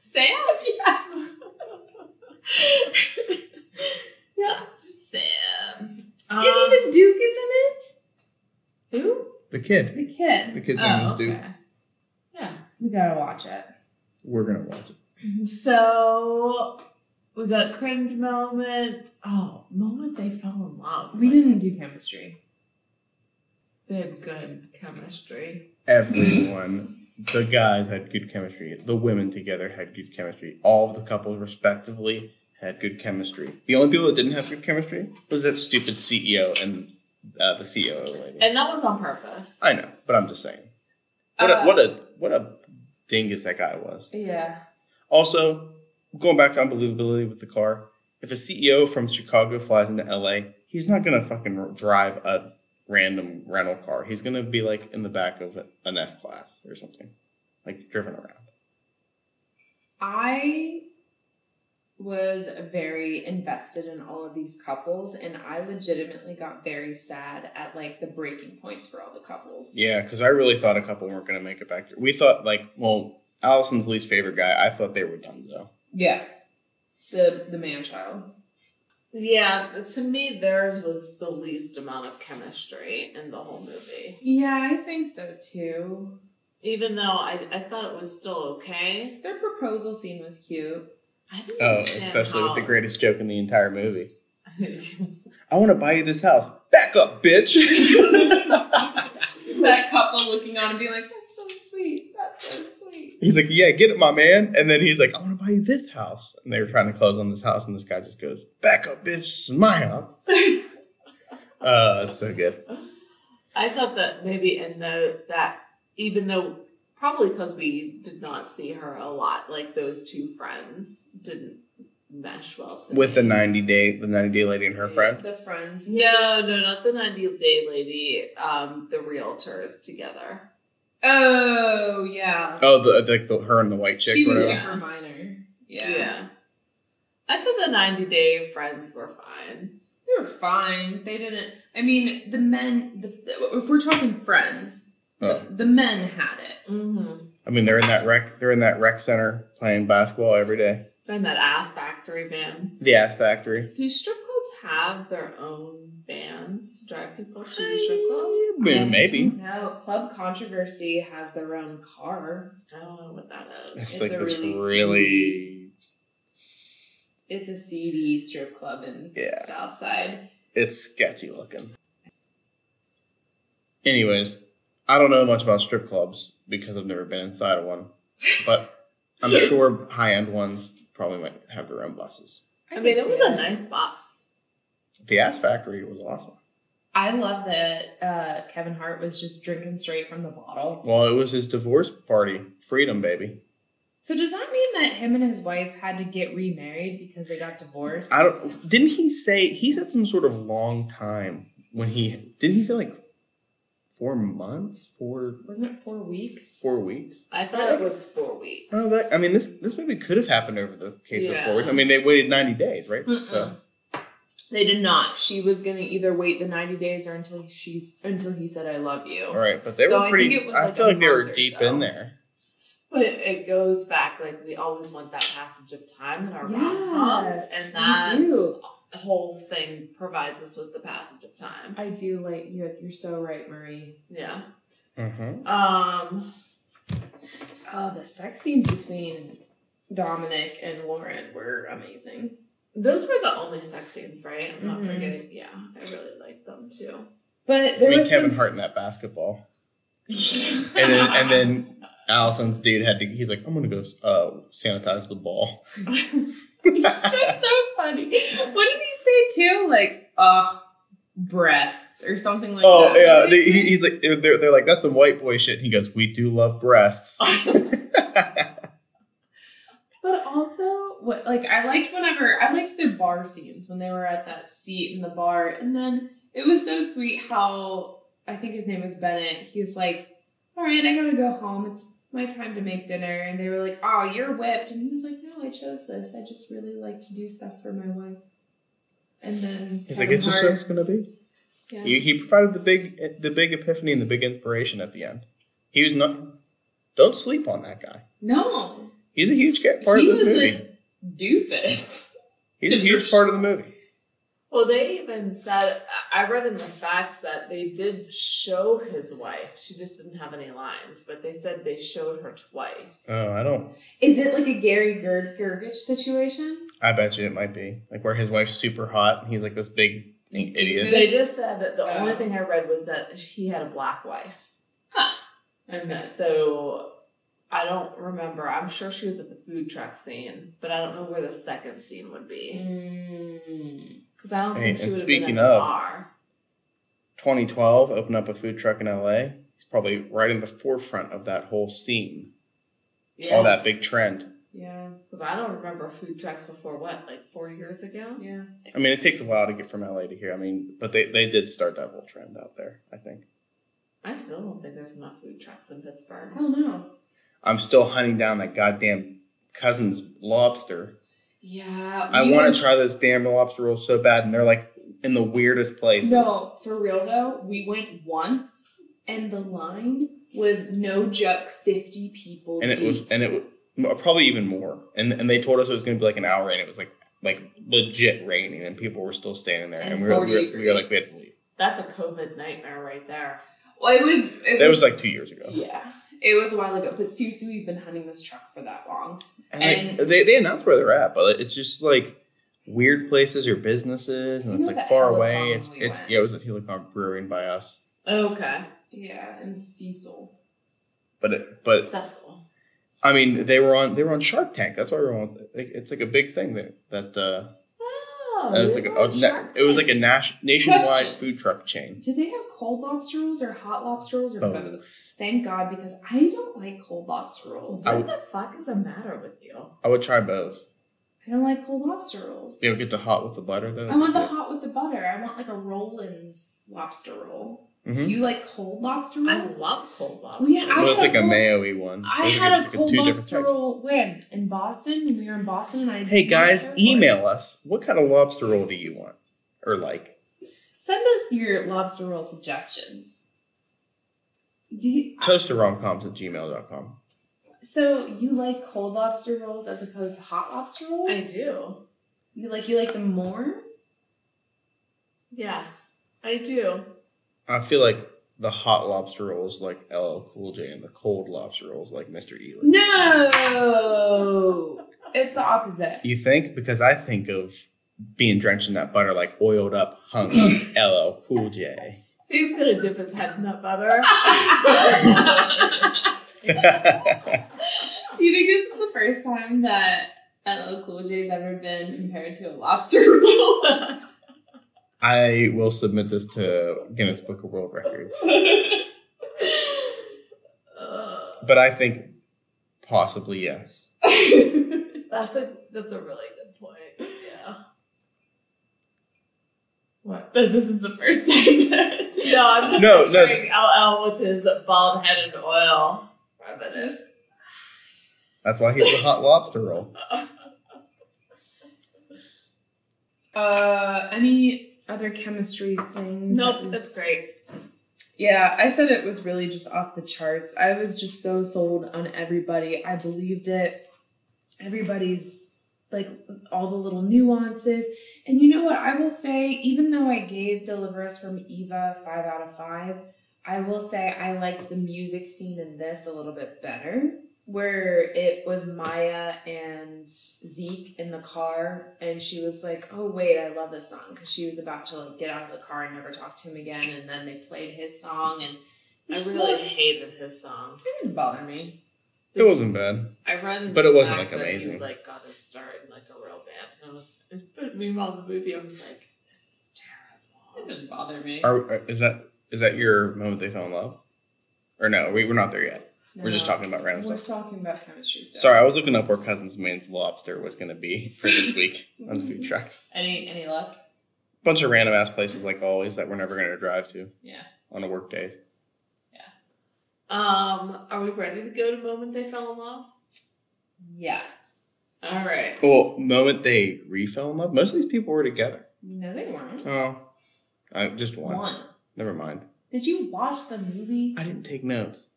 Sam?
Yeah.
Dr. Sam.
Um,
and even Duke is in it.
who?
The kid.
The kid.
The kid's name
Oh,
is Duke.
okay. Yeah.
We gotta watch it.
We're gonna watch it.
So we got cringe moment. Oh, moment they fell in love.
We didn't do chemistry.
They had good chemistry.
Everyone, the guys had good chemistry. The women together had good chemistry. All of the couples, respectively, had good chemistry. The only people that didn't have good chemistry was that stupid CEO and uh, the CEO lady.
And that was on purpose.
I know, but I'm just saying. What a,
Uh,
what a what a dingus that guy was.
Yeah.
Also, going back to unbelievability with the car, if a CEO from Chicago flies into LA, he's not gonna fucking drive a random rental car. He's gonna be like in the back of an S class or something, like driven around.
I was very invested in all of these couples and I legitimately got very sad at like the breaking points for all the couples.
Yeah, because I really thought a couple weren't gonna make it back. We thought like, well, Allison's least favorite guy. I thought they were done though.
Yeah. The the man child.
Yeah, to me, theirs was the least amount of chemistry in the whole movie.
Yeah, I think so too.
Even though I, I thought it was still okay.
Their proposal scene was cute.
I didn't
Oh,
understand
especially with
how-
the greatest joke in the entire movie.
*laughs*
I want to buy you this house. Back up, *laughs* bitch.
That couple looking on and being like, that's so sweet. That's so sweet.
He's like, yeah, get it, my man. And then he's like, I want to buy you this house. And they were trying to close on this house, and this guy just goes, back up, bitch. This is my house.
*laughs*
uh, that's so good.
I thought that maybe in the that even though probably because we did not see her a lot, like those two friends didn't mesh well. To
With the
me.
90 day, the 90 day lady and her friend.
The friends.
No, no, not the ninety day lady. Um, the realtors together.
Oh yeah.
Oh, the, the, the her and the white chick.
She was
whatever.
super minor.
Yeah.
Yeah.
I thought the ninety day friends were fine.
They were fine. They didn't I mean the men the, if we're talking friends,
Oh.
the, the men had it.
Mm-hmm.
I mean, they're in that rec, they're in that rec center playing basketball every day.
And that ass factory man.
The Ass Factory.
Do strip clubs clubs have their own bands to drive people to the strip club?
Well, maybe.
No, Club Controversy has their own car.
I don't know what that is.
It's,
It's
like
a
this
really
really.
It's a CD strip club in
Yeah.
Southside.
It's sketchy looking. Anyways, I don't know much about strip clubs because I've never been inside one, but I'm sure high end ones probably might have their own buses.
I, mean,
can
it
see
was a nice box.
The Ass Factory was awesome.
I love that uh, Kevin Hart was just drinking straight from the bottle.
Well, it was his divorce party, freedom, baby.
So does that mean that him and his wife had to get remarried because they got divorced?
I don't. Didn't he say he said some sort of long time when he didn't he say like four months, four
Wasn't it four weeks?
four weeks?
I thought it was four weeks.
Oh, that, I mean, this this maybe could have happened over the case of four
Yeah.
weeks. I mean, they waited ninety days, right? So
They did not. She was gonna either wait the ninety days or until she's until he said I love you.
all right, but they
So I
were
think
pretty. I,
it was like
feel
a
like they were
month or
deep
so.
in there.
But it goes back like we always want that passage of time in our rom-coms,
Yes, we
and that
do.
whole thing provides us with the passage of time.
I do like you. You're so right, Marie.
Yeah.
Mhm.
Um.
Oh, the sex scenes between Dominic and Lauren were amazing.
Those were the only sex scenes, right? I'm not
Mhm.
forgetting. Yeah, I really liked them too.
But
I
there
mean,
was
Kevin
some,
Hart in that basketball,
*laughs*
and then and then Allison's dude had to. He's like, I'm gonna go uh, sanitize the
*laughs*
ball.
it's just so funny. What did he say too? Like, ugh, breasts or something like
Oh
that.
yeah, they, he, he's like they're, they're like that's some white boy shit. And he goes, "We do love breasts."
Oh, But also, what like I liked whenever I liked their bar scenes when they were at that seat in the bar, and then it was so sweet how I think his name was Bennett. He's like, "All right, I gotta go home. It's my time to make dinner." And they were like, "Oh, you're whipped," and he was like, "No, I chose this. I just really like to do stuff for my wife." And then
he's like,
Kevin
"It's just so
Hart-
it's gonna be."
Yeah.
He, he provided the big the big epiphany and the big inspiration at the end. He was not. Don't sleep on that guy.
no,
He's a huge ca- part
he
of the
was
movie.
a doofus. *laughs*
he's a huge part of the movie.
Well, they even said I read in the facts that they did show his wife. She just didn't have any lines, but they said they showed her twice.
Oh, I don't.
Is it like a Gary Ger- Gergich situation?
I bet you it might be like where his wife's super hot and he's like this big idiot.
They just said that the
Oh.
only thing I read was that he had a black wife.
Huh.
And that, so I don't remember. I'm sure she was at the food truck scene, but I don't know where the second scene would
Mm.
be. Because I don't
Hey,
think she
and
would have been at
speaking
the
of-
bar.
2012, open up a food truck in L.A. He's probably right in the forefront of that whole scene, all that big trend.
Yeah,
Because I don't remember food trucks before what, like four years ago?
yeah.
I mean, it takes a while to get from LA to here. I mean, but they, they did start that whole trend out there, I think.
I still don't think there's enough food trucks in Pittsburgh.
I don't know.
I'm still hunting down that goddamn cousin's lobster.
Yeah,
I
we
want
went-
to try those damn lobster rolls so bad, and they're like in the weirdest places.
No, for real though, we went once, and the line was no joke, fifty people
And it
deep.
was, and it wa- probably even more. And and they told us it was going to be like an hour, and it was like like legit raining, and people were still standing there, and,
And
we, were,
40
we were we were like
degrees.
we had to leave.
That's a COVID nightmare right there.
well, it was. It
That was like two years ago.
yeah, it was a while ago. But Susu, we've been hunting this truck for that long.
And, like,
And-
they, they announced where they're at, but it's just like weird places or businesses, and
It
it's
was
like
at
far
Helicon
away. It's
we
it's
went.
yeah, it was at Helicon Brewing by us,
Okay.
Yeah, and Cecil.
but it, but
Cecil.
I mean they were on they were on Shark Tank. That's why we were on. Like, it's like a big thing that that uh,
Oh,
that was
you're
like a,
on
a na-
Shark
it was
Tank.
like a nas- nationwide
Question.
food truck chain.
Do they have cold lobster rolls or hot lobster rolls or
Both.
both? Thank God, because I don't like cold lobster rolls.
I
What the fuck is the matter with you?
I would try both.
I don't like cold lobster rolls.
You know, get the hot with the butter though.
I want the hot with the butter. I want like a Roland's lobster roll.
Mhm.
Do you like cold lobster
I
rolls?
love cold lobster.
Well, yeah, I
Well, it's
had a
like a
cold-
mayo-y one.
I
Those are
had a
good- it's like
cold
two different
lobster
types.
roll when in Boston when we were in Boston and I
Hey
did not
guys,
care for it.
email us. What kind of lobster roll do you want or like?
Send us your lobster roll suggestions. Do you, uh,
toasterromcoms at gmail.com.
so you like cold lobster rolls as opposed to hot lobster rolls?
I do.
You like you like them more?
Yes, I do.
I feel like the hot lobster rolls like LL Cool J and the cold lobster rolls like Mr. Ely.
No, it's the
*laughs*
opposite.
You think? Because I think of being drenched in that butter, like oiled up,
*laughs*
hung up, LL Cool J. *laughs*
Steve could have dipped his head in that
*laughs*
butter.
Do you think this is the first time that LL Cool J's ever been compared to a lobster roll?
I will submit this to Guinness Book of World Records.
*laughs*
Ugh,
But I think possibly yes.
that's a that's a really good point. Yeah. What? This is the first time that. No, I'm just
No, no.
picturing LL with his bald head in oil. Reminisce.
That's why he's the hot lobster roll.
Uh, any other chemistry things? that
Nope,
we-
that's great.
Yeah, I said it was really just off the charts. I was just so sold on everybody. I believed it. Everybody's like all the little nuances. And you know what? I will say, even though I gave Deliver Us from Eva five out of five, I will say I liked the music scene in this a little bit better, where it was Maya and Zeke in the car, and she was like, "Oh wait, I love this song," because she was about to like get out of the car and never talk to him again, and then they played his song, and
I
I just
really
thought-
hated his song.
it didn't bother me.
It wasn't bad.
I read, in
But
the
it wasn't,
facts
like,
that he,
amazing.
like got his start in like a real band, and I was. But meanwhile, the movie, I was like, this is
It
terrible.
didn't bother me.
Are, are- is that is that your moment they fell in love? Or no, we, we're not there yet. We're just
No.
talking about random
We're
stuff.
talking about chemistry stuff.
Sorry, I was looking up where Cousins Maine's lobster was going to be for this week on the food trucks.
Any any luck?
Bunch of random ass places like always that we're never going to drive to.
Yeah.
On a work day.
Um, are we ready to go to moment they fell in love?
Yes.
All right.
Well, moment they refell in love. Most of these people were together.
No, they weren't.
Oh, I just one.
One.
Never mind.
Did you watch the movie?
I didn't take notes,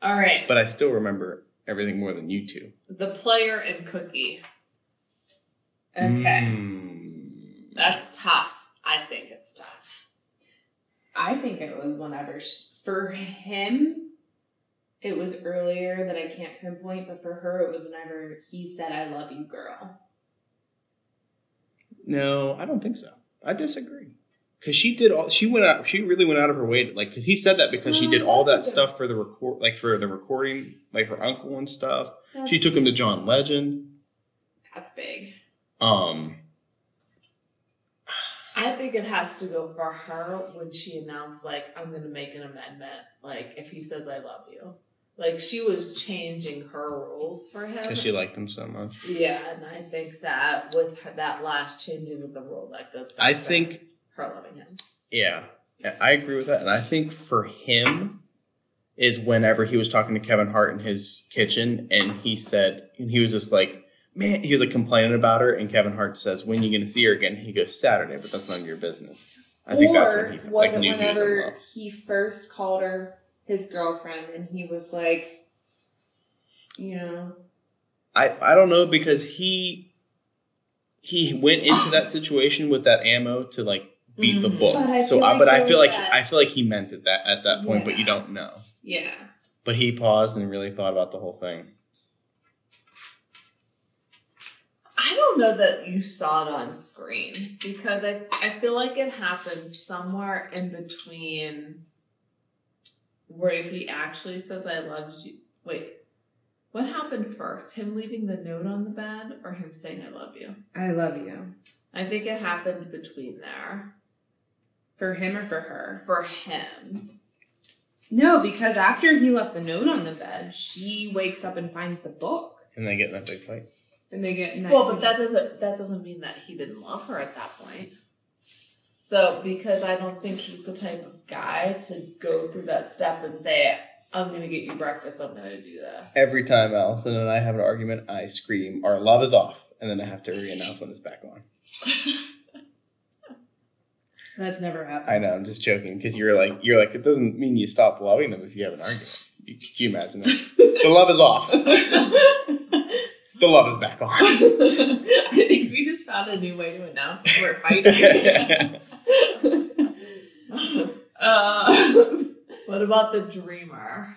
All right.
but I still remember everything more than you two.
The player and cookie.
Okay.
Mm.
That's tough. I think it's tough.
I think it was whenever sh- for him, it was earlier that I can't pinpoint, but for her, it was whenever he said, "I love you, girl."
No, I don't think so. I disagree. Cause she did all. She went out. She really went out of her way to like. Cause he said that because she
No,
did all that
Oh, that's okay.
stuff for the record, like for the recording, like her uncle and stuff.
That's,
She took him to John Legend.
That's big.
Um,
I think it has to go for her when she announced, like, I'm going to make an amendment. Like, if he says, I love you. Like, she was changing her rules for him.
cause she liked him so much.
yeah, and I think that with her, that last changing of the rule, that goes back
I
to
think
her loving him.
Yeah, I agree with that, and I think for him is whenever he was talking to Kevin Hart in his kitchen, and he said, and he was just like, man, he was like complaining about her, and Kevin Hart says, when you gonna see her again? He goes Saturday, but that's none of your business. I think that's when he
was
like
it
knew he was in
whenever
love.
he, first called her his girlfriend, and he was like, "You know,
I I don't know because he he went into that situation with that ammo to like beat the
Mhm.
book.
But I
so
feel
I,
like
but
there
I feel
was
like
that-
I feel like he meant it that at that point, but you
Yeah.
don't know.
yeah."
But he paused and really thought about the whole thing.
I don't know that you saw it on screen because I, I feel like it happened somewhere in between where he actually says I loved you. Wait, what happened first? Him leaving the note on the bed or him saying I love you?
I love you.
I think it happened between there
For him or for her?
for him.
No, because after he left the note on the bed, she wakes up and finds the book.
And they get in that big fight.
And they get in that
Well, but that doesn't that doesn't mean that he didn't love her at that point. So because I don't think he's the type of guy to go through that step and say, I'm gonna get you breakfast, I'm gonna do this. *laughs*
Every time Allison and I have an argument, I scream, our love is off. And then I have to re-announce when it's back
*laughs*
on.
that's never happened.
I know, I'm just joking. Because you're like, you're like, it doesn't mean you
*laughs*
stop loving them if you have an argument. You- Could you imagine that? the love is off. the love is back on. *laughs*
I think *laughs* we just found a new way to announce we're
*laughs*
fighting. *laughs* uh, *laughs*
What about the dreamer?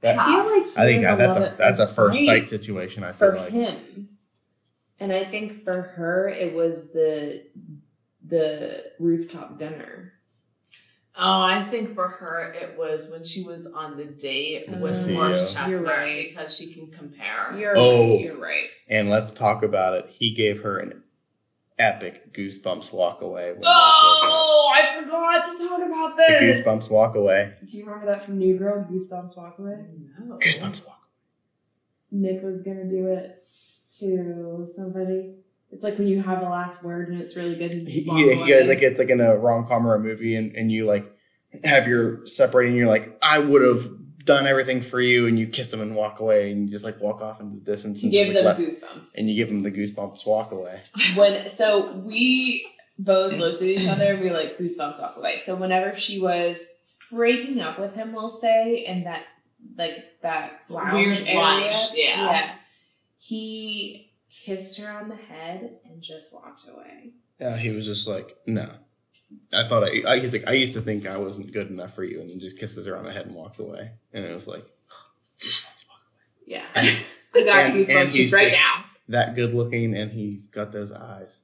That-
I feel like he
I think
was
that's
love
a
at
that's a first
sight
sight situation. I feel
for
like
him, and I think for her it was the the rooftop dinner.
Oh, I think for her it was when she was on the date
With
with
the
Morse
CEO.
Chestnut
You're right.
because she can compare.
You're
Oh.
right. You're right.
And let's talk about it. He gave her an epic goosebumps walk away. when
Oh, I forgot to talk about
Michael- the
this.
goosebumps walk away.
Do you remember that from New Girl? Goosebumps Walk Away.
no.
Goosebumps walk.
Nick was gonna do it to somebody. It's like when you have a last word and it's really good. And you
He,
just walk
he, he
away.
goes like it's like in a rom com or a movie, and, and you like have your separating. You're like, I would have done everything for you, and you kiss him and walk away, and you just like walk off into the distance
to
and
give
just,
them
like, let-
goosebumps.
and you give him the goosebumps walk away.
*laughs* when so we both looked at
*clears throat*
each other and we were like goosebumps walk away so whenever she was breaking up with him we'll say and that like that lounge
Weird
area
lunch, yeah.
he kissed her on the head and just walked away
Uh, he was just like, no. I thought I, I. He's like, I used to think I wasn't good enough for you, and then just kisses her on the head and walks away. And it was like, *laughs* goosebumps walk
yeah
I got
goosebumps just right
now. That good looking, and he's got those eyes.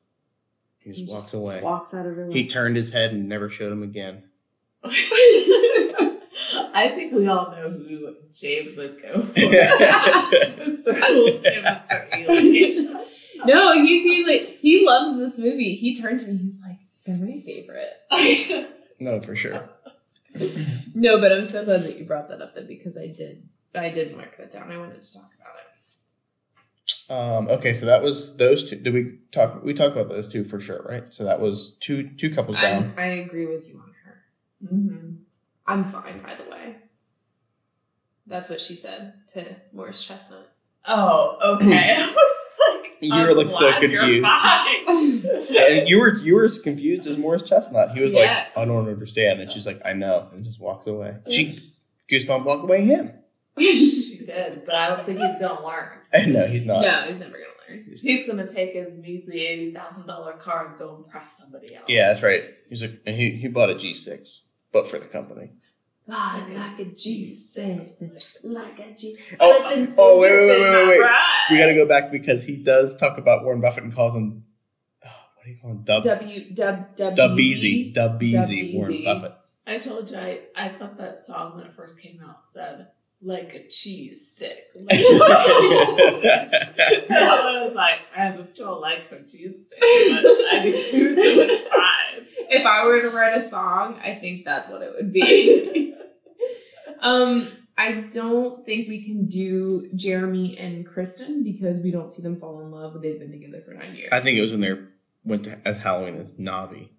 He just
He
walks
just
away.
walks out of her
He turned his head and never showed him again.
*laughs* I think we all know who James would go
*laughs*
for. Mr. Cool James, Mr. Ely.
no he's he like he loves this movie he turned to me he's like they're my favorite *laughs*
No, for sure.
no but i'm so glad that you brought that up though because i did i did mark that down i wanted to talk about it
Um, okay, so that was those two. Did we talk? We talked about those two for sure, right? So that was two two couples down.
I'm- I agree with you on her.
Mhm.
I'm fine, by the way. That's what she said to Morris Chestnut.
Oh, *laughs* okay. I was like,
You
I'm
were, like, so
glad you're
confused.
*laughs*
fine.
And you were you were as confused as Morris Chestnut. He was
Yeah.
like, I don't understand, and she's like, I know, and just walks away. She goosebump walk away him. *laughs*
she did, but I don't think he's gonna learn.
And no, he's not.
No, he's never gonna learn.
He's gonna take his measly eighty thousand dollar car and go impress somebody else.
Yeah, that's right. He's like, and he, he bought a G six, but for the company.
God, like a G says, like a G.
Oh,
Slipping,
oh, wait, wait,
slipping,
wait, wait, wait.
right.
We got to go back because he does talk about Warren Buffett and calls him oh, what do you call him? Dub
W dub dub
Dubbeasy. Dubbeasy
Dubbeasy.
Warren Buffett.
I told you I, I thought that song when it first came out said like a cheese stick. *laughs*
*laughs*
Like a cheese stick. I was like, I would still like some cheese *laughs* sticks, but I do too,
*laughs*
so it's fine.
If I were to write a song, I think that's what it
*laughs*
would be. um, I don't think we can do Jeremy and Kristen because we don't see them fall in love. They've been together for nine years.
I think it was when they went to as Halloween as Navi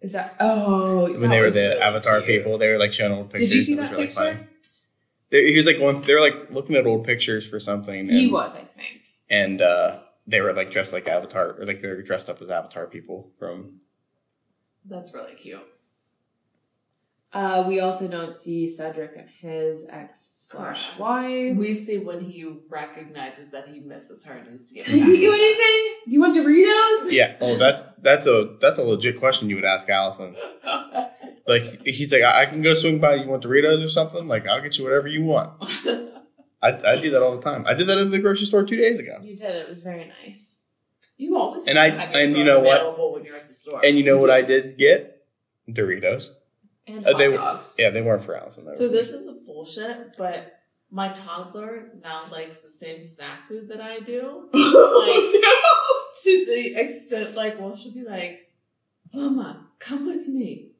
is that oh
when
that
they were
was
the
really
Avatar
cute.
people. They were like showing old pictures.
Did you see
It was
that
really
picture?
fun. They, he was like going. They were like looking at old pictures for something.
He
and-
was, I think.
and uh, they were like dressed like Avatar, or like they were dressed up as Avatar people from.
That's really cute.
Uh, we also don't see Cedric and his ex slash
Correct.
wife.
We see when he recognizes that he misses her and needs to get
Can I
back. *laughs*
get *laughs* you anything? Do you want Doritos?
Yeah. Oh, that's that's a that's a legit question you would ask Allison. Like he's like, I, I can go swing by. You want Doritos or something? Like I'll get you whatever
*laughs*
you want. I, I do that all the time. I did that at the grocery store two days ago.
You did. It was very nice.
you always
And I-
have
and
your
you
phone
know what?
available when you're at the store.
And you know what I did get? Doritos.
And
Uh,
hot
they-
dogs.
Yeah, they weren't for Allison. Though.
So
*laughs*
this is a bullshit, but my toddler now likes the same snack food that I do. Like to the extent like well she'll be like, Mama, come with me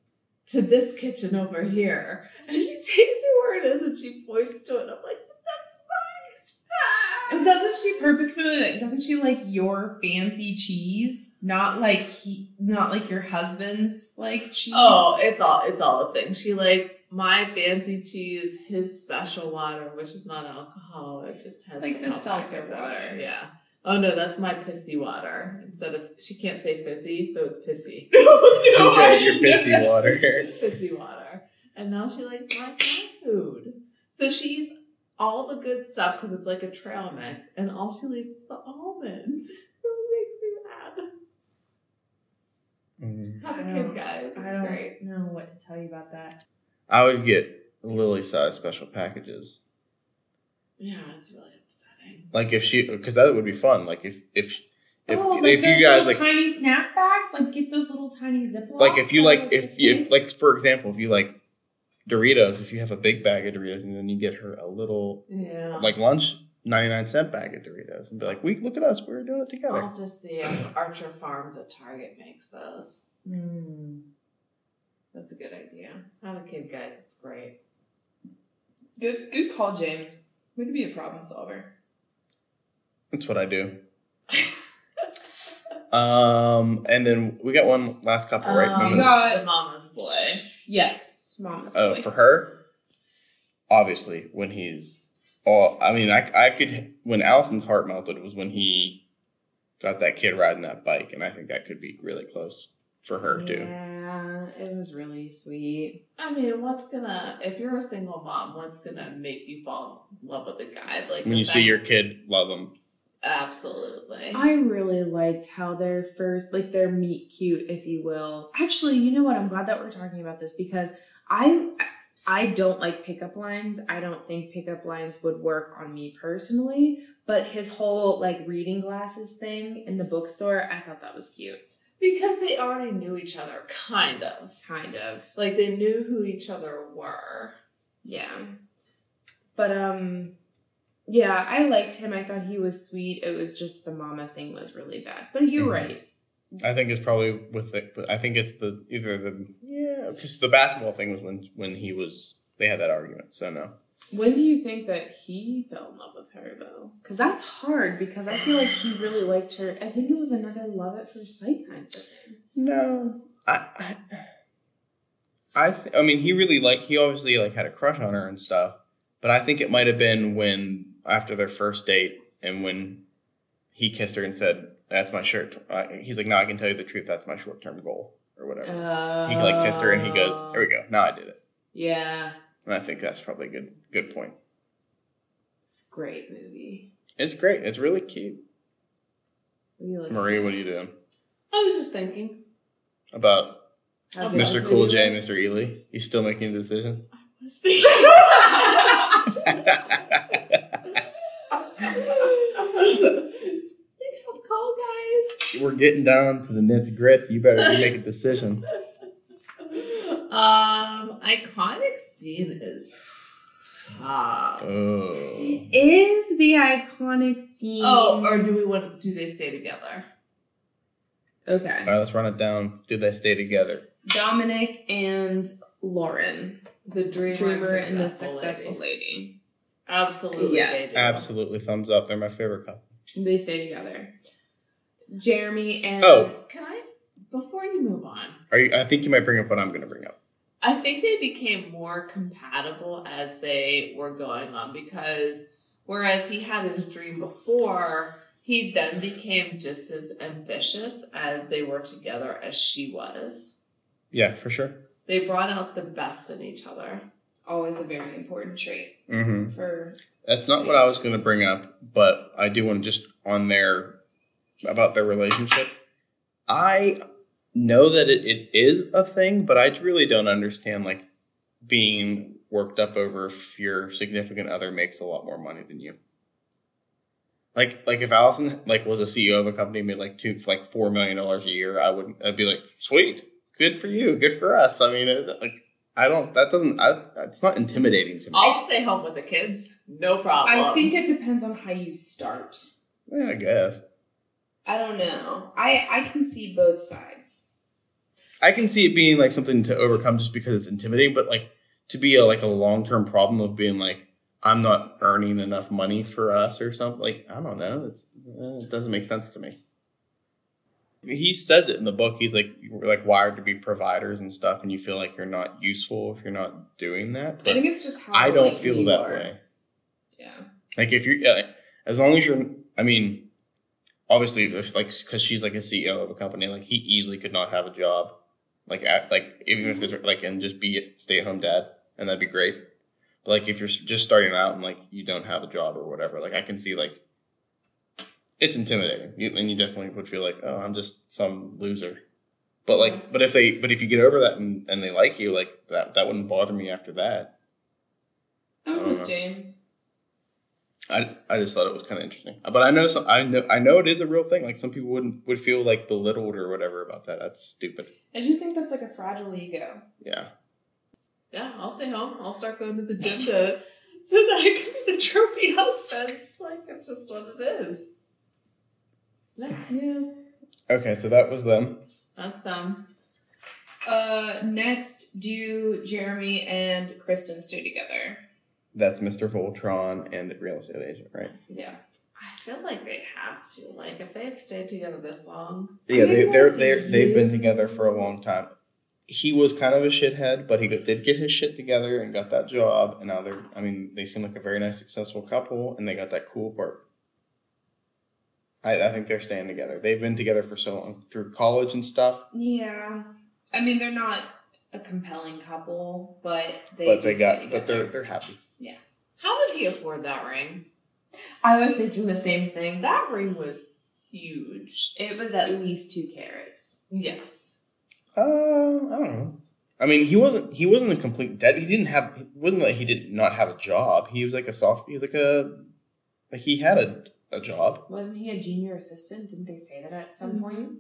to this kitchen over here. And she takes me where it is and she points to it. I'm like, but that's my snack.
*laughs* Doesn't she purposefully like? Doesn't she like your fancy cheese? Not like he, not like your husband's like cheese. *laughs*
Oh, it's all it's all a thing. She likes my fancy cheese, his special water, which is not alcohol. It just has
Like the
alcohol
seltzer
in it.
water.
Yeah. Oh no, that's my pissy water. Instead of she can't say fizzy, so it's
*laughs*
pissy.
okay, your pissy water.
It's pissy water. And now she likes my snack food. So she's all the good stuff because it's like a trail mix, and all she leaves is the almonds. *laughs* It makes
Mm.
me mad. Have a
I
kid,
don't-
guys. It's
I don't
great.
know what to tell you about that.
I would get Lily size special packages.
Yeah, it's really upsetting.
Like if she, because that would be fun. Like if if if,
oh, like
if
those
you guys
little
like
tiny snack bags, like get those little tiny Ziplocs.
like if you like
and
if
it's
you,
big.
if like for example if you like Doritos if you have a big bag of Doritos and then you get her a little
Yeah.
like lunch ninety nine cent bag of Doritos and be like we look at us we're doing it together.
I'll just see if *coughs* Archer Farms at Target makes those. That's a good idea. Have a kid, guys. It's great.
Good, good call, James. Way to be a problem solver.
That's what I
*laughs*
do. um, and then we got one last couple right.
Um,
Remember-
the mama's boy.
yes, mama's
Oh,
boy.
for her, obviously, when he's, oh, I mean, I, I could, when Allison's heart melted was when he got that kid riding that bike, and I think that could be really close for her too.
Yeah, it was really sweet.
I mean, what's gonna if you're a single mom, what's gonna make you fall in love with a guy? Like
When
the
you see
fact-
your kid love him,
absolutely.
I really liked how their first, like their meet cute, if you will. Actually, you know what? I'm glad that we're talking about this because I, I don't like pickup lines. I don't think pickup lines would work on me personally. But his whole like reading glasses thing in the bookstore, I thought that was cute.
because they already knew each other, kind of.
Kind of,
Like they knew who each other were.
yeah. But um, yeah, I liked him. I thought he was sweet. It was just the mama thing was really bad. But you're
Mhm.
right.
I think it's probably with the, but I think it's the, either the, yeah, because the basketball thing was when, when he was, they had that argument, so no.
When do you think that he fell in love with her though? Because that's hard. Because I feel like he really liked her. I think it was another love at first sight kind of thing.
No, I, I, I, th- I mean, he really like he obviously like had a crush on her and stuff, but I think it might have been when after their first date and when he kissed her and said, "That's my shirt." Uh, he's like, "No, I can tell you the truth. That's my short term goal or whatever."
Uh,
he like kissed her and he goes, "There we go. Now I did it."
Yeah,
And I think that's probably a good good point.
it's a great movie.
It's great. It's really cute.
What are you looking?
Maria, what are you doing
I was just thinking.
about
I'll be
Mr.
honest
Cool
with you
J,
guys.
Mr. Ely? He's still making a decision. *laughs*
I was thinking. *laughs* it's a tough call, guys.
We're getting down to the nits grits. You better make a decision.
Um, iconic scene is tough.
Oh.
Is the iconic scene?
Oh, or do we want? Do they stay together?
okay.
All right, let's run it down. Do they stay together?
Dominic and Lauren,
The dreamer,
dreamer and the
lady.
successful lady.
Absolutely,
Yes.
they do.
Absolutely, thumbs up. They're my favorite couple.
They stay together. Jeremy and
Oh.
Can I? Before you move on,
Are you, I think you might bring up what I'm going to bring up.
I think they became more compatible as they were going on because whereas he had his dream before, he then became just as ambitious as they were together as she was.
Yeah, for sure.
They brought out the best in each other.
always a very important trait
Mm-hmm.
for
That's not what I was going to bring up, but I do want to just on their about their relationship. I know that it, it is a thing, but I really don't understand like being worked up over if your significant other makes a lot more money than you. Like like if Allison like was a CEO of a company and made like two like four million dollars a year, I would I'd be like sweet, good for you, good for us. I mean, it, like I don't that doesn't I, it's not intimidating to me.
I'll stay home with the kids. No
Uh,
problem.
I think it depends on how you start.
yeah, I guess.
I don't know. I I can see both sides.
I can see it being like something to overcome just because it's intimidating, but like to be a, like a long term problem of being like I'm not earning enough money for us or something. Like I don't know, it's, uh, it doesn't make sense to me. He says it in the book. He's like we're like wired to be providers and stuff, and you feel like you're not useful if you're not doing that.
I
But
think it's just how
I don't
like,
feel
you
that
are.
way.
Yeah.
Like if you're, yeah, as long as you're, I mean, obviously, if like because she's like a CEO of a company, like he easily could not have a job, like at, like even if it's like and just be a stay at home dad, and that'd be great. But like if you're s- just starting out and like you don't have a job or whatever, like I can see like it's intimidating, you, and you definitely would feel like oh I'm just some loser. But like, but if they, but if you get over that and, and they like you, like that, that wouldn't bother me after that.
I'm
don't know.
with James.
I, I just thought it was kind of interesting. But I know some, I know I know it is a real thing. Like some people wouldn't would feel like belittled or whatever about that. That's stupid.
I just think that's like a fragile ego.
Yeah.
Yeah, I'll stay home. I'll start going to the gym to so that I can be the trophy husband. It's Like that's just what it is. Yeah, yeah.
Okay, so that was them.
That's them.
Uh, next, do Jeremy and Kristen stay together?
That's Mr. Voltron and the real estate agent, right?
Yeah. I feel like they have to. Like if they've stayed together this long.
Yeah, they,
Maybe
they're
like
they are they've been
you-
together for a long time. He was kind of a shithead, but he got- did get his shit together and got that job. And now they're, I mean, they seem like a very nice, successful couple, and they got that cool part. I, I think they're staying together. They've been together for so long through college and stuff,
Yeah. I mean, they're not a compelling couple, but they.
but they
do stay
got, but
together.
they're they're happy.
How did he afford that ring?
I was thinking the same thing.
That ring was huge.
It was at least two carats.
Yes.
Uh, I don't know. I mean, he wasn't he wasn't a complete dead. He didn't have. It wasn't like he did not have a job. He was like a soft. He was like a. Like he had a a job.
Wasn't he a junior assistant? Didn't they say that at
Mm-hmm.
some point?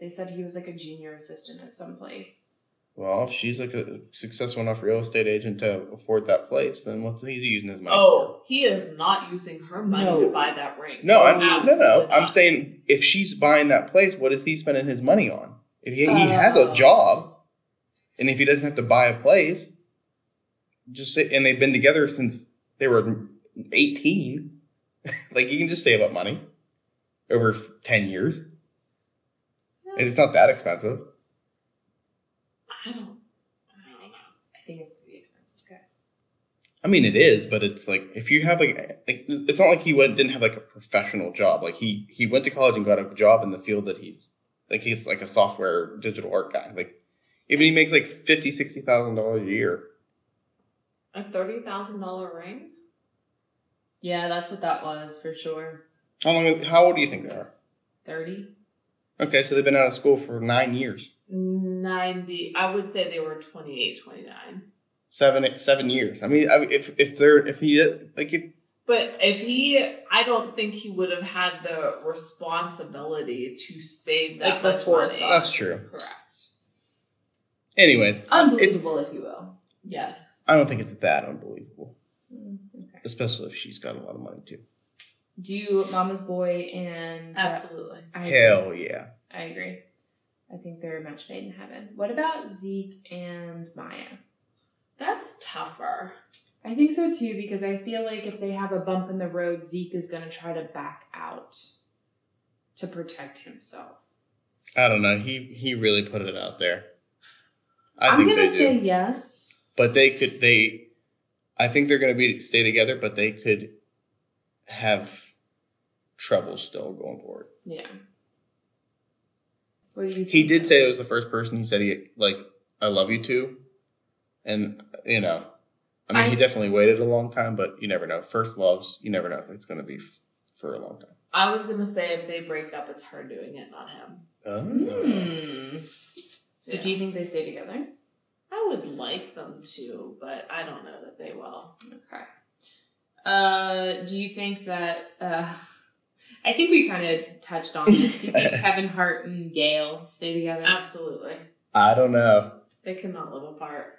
They said he was like a junior assistant at some place.
Well, if she's like a successful enough real estate agent to afford that place, then what's he using his money
Oh, he is not using her money
No.
to buy that ring.
for? No, I'm, no,
Absolutely
no. I'm
not.
saying if she's buying that place, what is he spending his money on? If he, he has a job, and if he doesn't have to buy a place, just say, and they've been together since they were 18. *laughs* like you can just save up money over f- 10 years. And It's not that expensive.
I don't.
I think it's pretty expensive, guys.
I mean, it is, but it's like if you have like, like it's not like he went didn't have like a professional job. Like he he went to college and got a job in the field that he's like he's like a software digital art guy. Like even he makes like fifty sixty thousand dollars a year.
A thirty thousand dollar ring.
Yeah, that's what that was for sure.
How long? How old do you think they are?
30?
Okay, so they've been out of school for nine years,
90 i would say they were 28 29
seven seven years. I mean, I, if if they're if he like if
but if he i don't think he would have had the responsibility to save that
Like the
much
forethought.
money.
that's true.
correct
Anyways,
Unbelievable, if you will.
yes
I don't think it's that unbelievable,
Mm,
especially if she's got a lot of money too.
Do Mama's Boy and. uh,
absolutely
I,
Hell yeah.
I agree. I think they're a match made in heaven. What about Zeke and Maya?
that's tougher
I think so too, because I feel like if they have a bump in the road, Zeke is going to try to back out to protect himself.
I don't know. He he really put it out there. I
am
think
going
they
to say
do.
yes.
But they could they I think they're gonna be stay together, but they could have trouble still going forward.
Yeah. What do you think?
He did say it was the first person he said he like I love you to. And you know, I mean he
I-
definitely waited a long time, but you never know. First loves, you never know if it's gonna be f- for a long time.
i was gonna say if they break up it's her doing it not him
Hmm.
Yeah.
Do you think they stay together?
i would like them to but i don't know that they will
Uh, do you think that? Uh, I think we kind of touched on this. Do you *laughs* think Kevin Hart and Gail stay together?
absolutely
I don't know.
they cannot live apart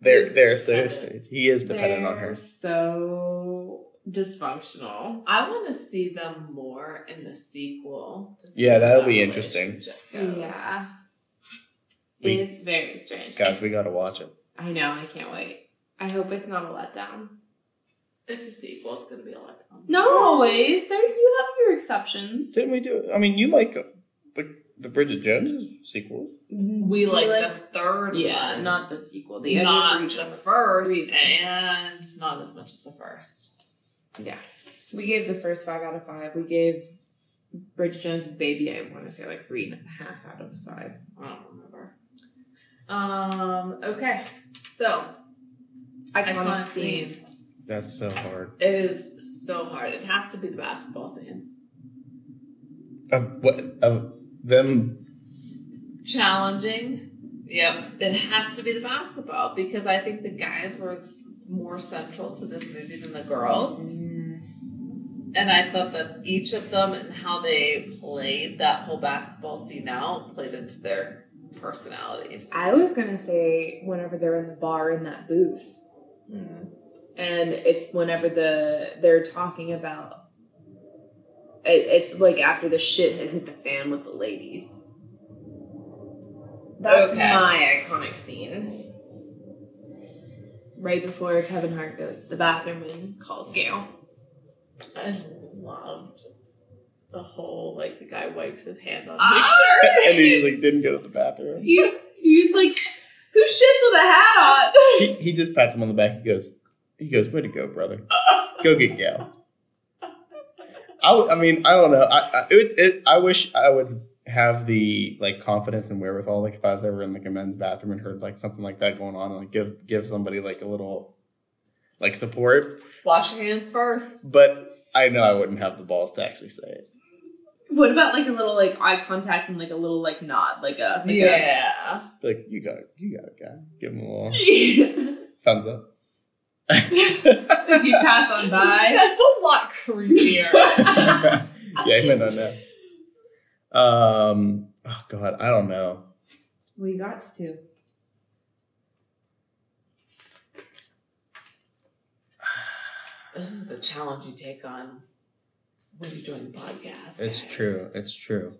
They're
He's
they're so
dependent.
he is dependent on her.
They're So dysfunctional.
i want to see them more in the sequel to see
Yeah,
how
that'll
that
be interesting.
relationship goes.
Yeah.
We-
it's very strange.
Guys, we gotta watch it.
I know, I can't wait. I hope it's not a letdown.
It's a sequel. It's gonna be a lot.
Not always. There you have your exceptions.
Didn't we do? I mean, you like uh, the the Bridget Jones sequels?
we like
like-
the third
Yeah,
one,
not the sequel. The other
not the
regions.
first,
Regions.
and not as much as the first.
We gave the first five out of five. We gave Bridget Jones's baby, I want to say like three and a half out of five.
I don't remember. Um. Okay. So
I
iconic
can't
scene.
see.
That's so hard.
It is so hard. It has to be the basketball scene.
Of what? Of them?
Challenging. Yep. It has to be the basketball because I think the guys were s- more central to this movie than the girls. And I thought that each of them and how they played that whole basketball scene out played into their personalities.
I was gonna say whenever they're in the bar in that booth,
Mm-hmm.
and it's whenever the they're talking about. It, it's like after the shit has hit the fan with the ladies. That's
Okay.
my iconic scene. Right before Kevin Hart goes to the bathroom and calls Gail.
I loved the whole like the guy wipes his hand on his
Ah!
and he just like didn't go to the bathroom.
You, he's like, who shits with a hat on?
He, he just pats him on the back. He goes, he goes, way to go, brother. Go get Gal. I, w- I mean, I don't know. I, I, it, it, I wish I would have the like confidence and wherewithal. Like if I was ever in like a men's bathroom and heard like something like that going on, and like give give somebody like a little like support.
Wash your hands first.
But I know I wouldn't have the balls to actually say it.
What about like a little like eye contact and like a little like nod, like a like a-
Yeah.
Be like you got, it, you got it, guy. Give him a little
*laughs* As
thumbs up. *laughs*
you pass on by.
*laughs* That's a lot creepier. *laughs*
yeah, he might not know. Um, oh God, I don't know.
We got to.
this is the challenge you take on when you join the podcast. guys.
It's true.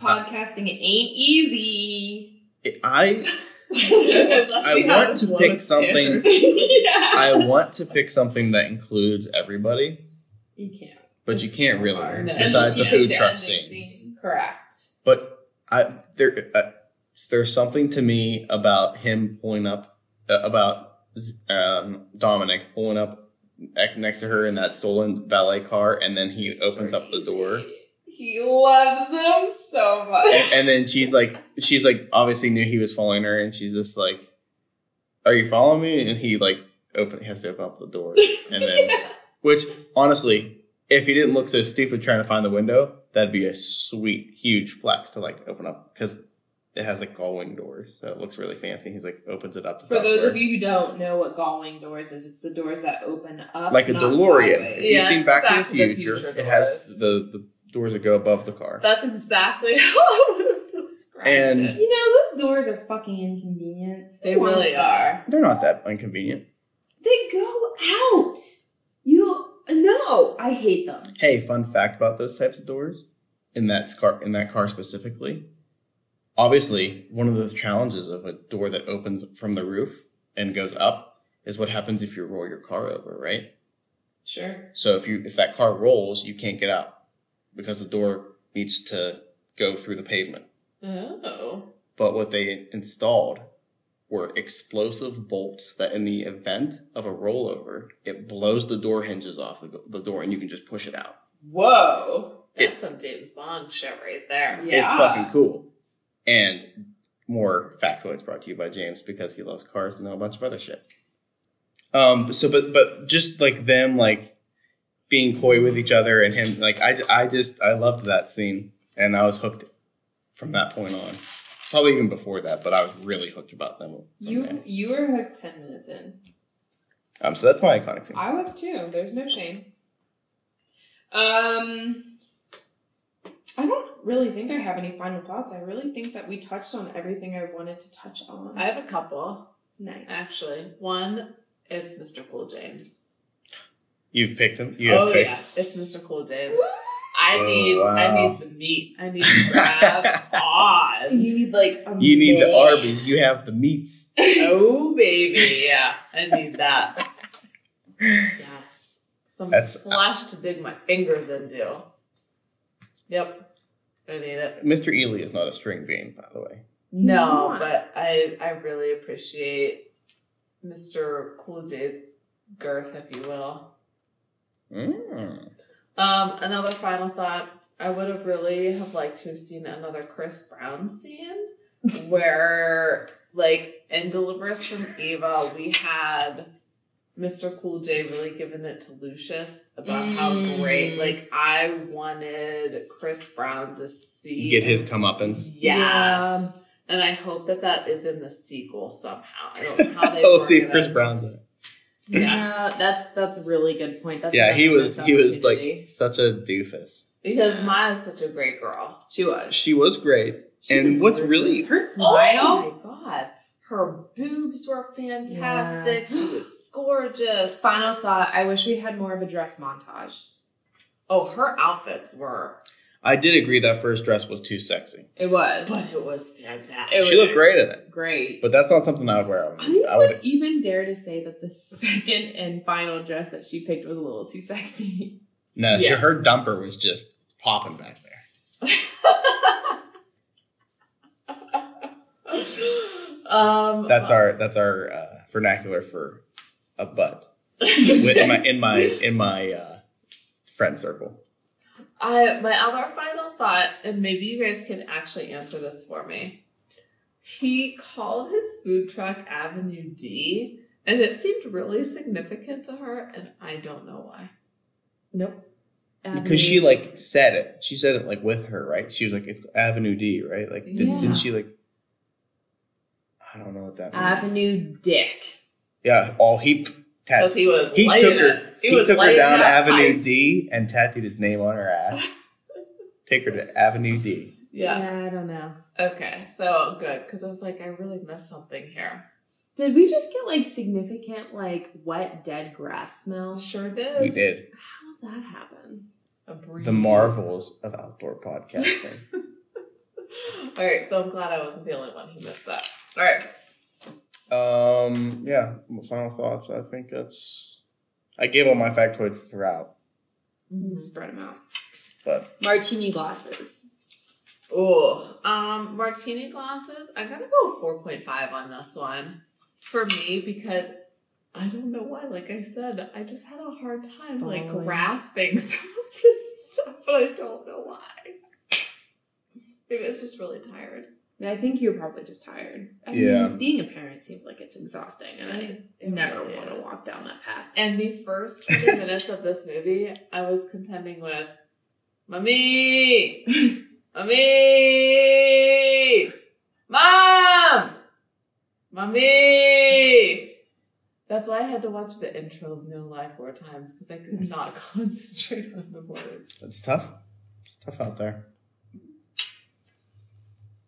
Podcasting ain't easy.
I
*laughs* Let's
I
see how
want
this
to
one
pick
is *laughs*
something-
standard.
I want to pick something that includes everybody,
You can't.
but you can't really
No.
besides the
You
food
take
truck
ending
scene.
Correct.
But I there uh, there's something to me about him pulling up uh, about um, Dominic pulling up ec- next to her in that stolen valet car, and then he opens up the door.
He loves them so much.
and, and then she's like, she's like, obviously knew he was following her, and she's just like, "Are you following me?" And he like open he has to open up the door, and then, which honestly, if he didn't look so stupid trying to find the window, that'd be a sweet, huge flex to like open up because it has like all wing doors, so it looks really fancy. He's like opens it up. To
For those of you who don't know what Galwing doors is, it's the doors that open up.
like a
not
DeLorean,
sideways.
if you've
Yeah,
seen
it's
Back,
Back
to
to
the
the
Future,
Future
it has the the doors that go above the car.
That's exactly *laughs* how I would describe
And-
it.
You know, those doors are fucking inconvenient.
They
Who wants
really
that?
are.
They're not that inconvenient.
They go out. You no, I hate them.
Hey, fun fact about those types of doors in that car in that car specifically. Obviously, one of the challenges of a door that opens from the roof and goes up is what happens if you roll your car over, right?
Sure.
So if you if that car rolls, you can't get out because the door needs to go through the pavement.
Oh.
But what they installed were explosive bolts that in the event of a rollover, it blows the door hinges off the, the door and you can just push it out.
Whoa.
That's some James Bond shit right there.
It's fucking cool. And more factoids brought to you by James because he loves cars and know a bunch of other shit. Um. So, but but just like them, like being coy with each other, and him, like I, ju- I just I loved that scene, and I was hooked from that point on. Probably even before that, but I was really hooked about them. from there.
You you were hooked ten minutes in.
Um. So that's my iconic scene.
I was too. There's no shame. Um I don't really think I have any final thoughts. I really think that we touched on everything I wanted to touch on.
I have a couple,
nice.
actually. One, it's Mr. Cool James.
You've picked him. You have
oh,
picked.
yeah. It's Mr. Cool James. I
Oh,
need I
wow.
need the meat. I need to
*laughs*
grab on.
You need like a
You need the Arby's. You have the meats.
Oh baby, yeah, I need that. yes, some
That's-
flesh to dig my fingers into. Yep, I need it.
Mr. Ely is not a string bean, by the way.
No,
Why?
but I I really appreciate Mr. Cool J's girth, if you will.
Mm.
Um, another final thought. I would have really have liked to have seen another Chris Brown scene where, like, in Deliverance from Eva, we had Mr. Cool J really giving it to Lucius about how great, like, I wanted Chris Brown to see.
Get his comeuppance.
Yes. And I hope that that is in the sequel somehow. I
*laughs*
don't know how they
we'll
work
Oh, see
it
if Chris
in.
Brown's in it.
Yeah.
that's that's a really good point. That's
Yeah, he
another
was
missed
he was
opportunity.
like such a doofus.
Because Maya's such a great girl.
she was.
She was great.
She
and
was
what's
gorgeous.
really
Her smile,
Oh my god. Her boobs were fantastic. She was gorgeous.
final thought. I wish we had more of a dress montage.
Oh, her outfits were.
I did agree that first dress was too sexy.
It was
But it was fantastic.
It was-
She looked great in it,
great.
but that's not something I would wear. I
I
would- I would.
would even dare to say
*laughs*
that the second and final dress that she picked was a little too sexy.
No, she,
Yeah.
her dumper was just popping back there.
um, *laughs*
That's our that's our uh, vernacular for a butt With- in my in my in my uh, friend circle.
I my other final thought, and maybe you guys can actually answer this for me. He called his food truck Avenue D, and it seemed really significant to her, and I don't know why.
Because she like said it. She said it like with her, right? She was like, "It's Avenue D, right?" Like, did,
Yeah.
didn't she like? I don't know what that means.
Avenue Dick.
yeah, all he
Because
tattooed.
he was
He
laying
took her.
it.
He, took her
laying
down
it
to
out
Avenue
tight.
D and tattooed his name on
*laughs*
her ass. Take her to Avenue D.
Yeah.
I don't know.
Okay. So good, because I was like, I really missed something here.
Did we just get like significant like wet dead grass smell?
Sure
We
did.
did
How did that happen?
A breeze.
the marvels of outdoor
*laughs*
podcasting.
All right. So I'm glad I wasn't the only one who missed that. All right.
Um, yeah, my final thoughts. I think that's. I gave all my factoids throughout,
Spread them out.
but
Martini glasses.
Oh, um, martini glasses. I'm gonna go 4.5 on this one for me because I don't know why. Like I said, I just had a hard time like
Bawling.
grasping *laughs* some of this stuff, but I don't know why. Maybe it's just really tired.
I think you're probably just tired. I mean,
Yeah.
being a parent seems like it's exhausting, and I
It
never
really
want to
is.
walk down that path.
And the first
*laughs*
20 minutes of this movie, I was contending with, Mommy!
*laughs*
Mommy! Mom! Mommy! That's why I had to watch the intro of No Lie four times because I could not
*laughs*
concentrate on the words.
it's tough. It's tough out there.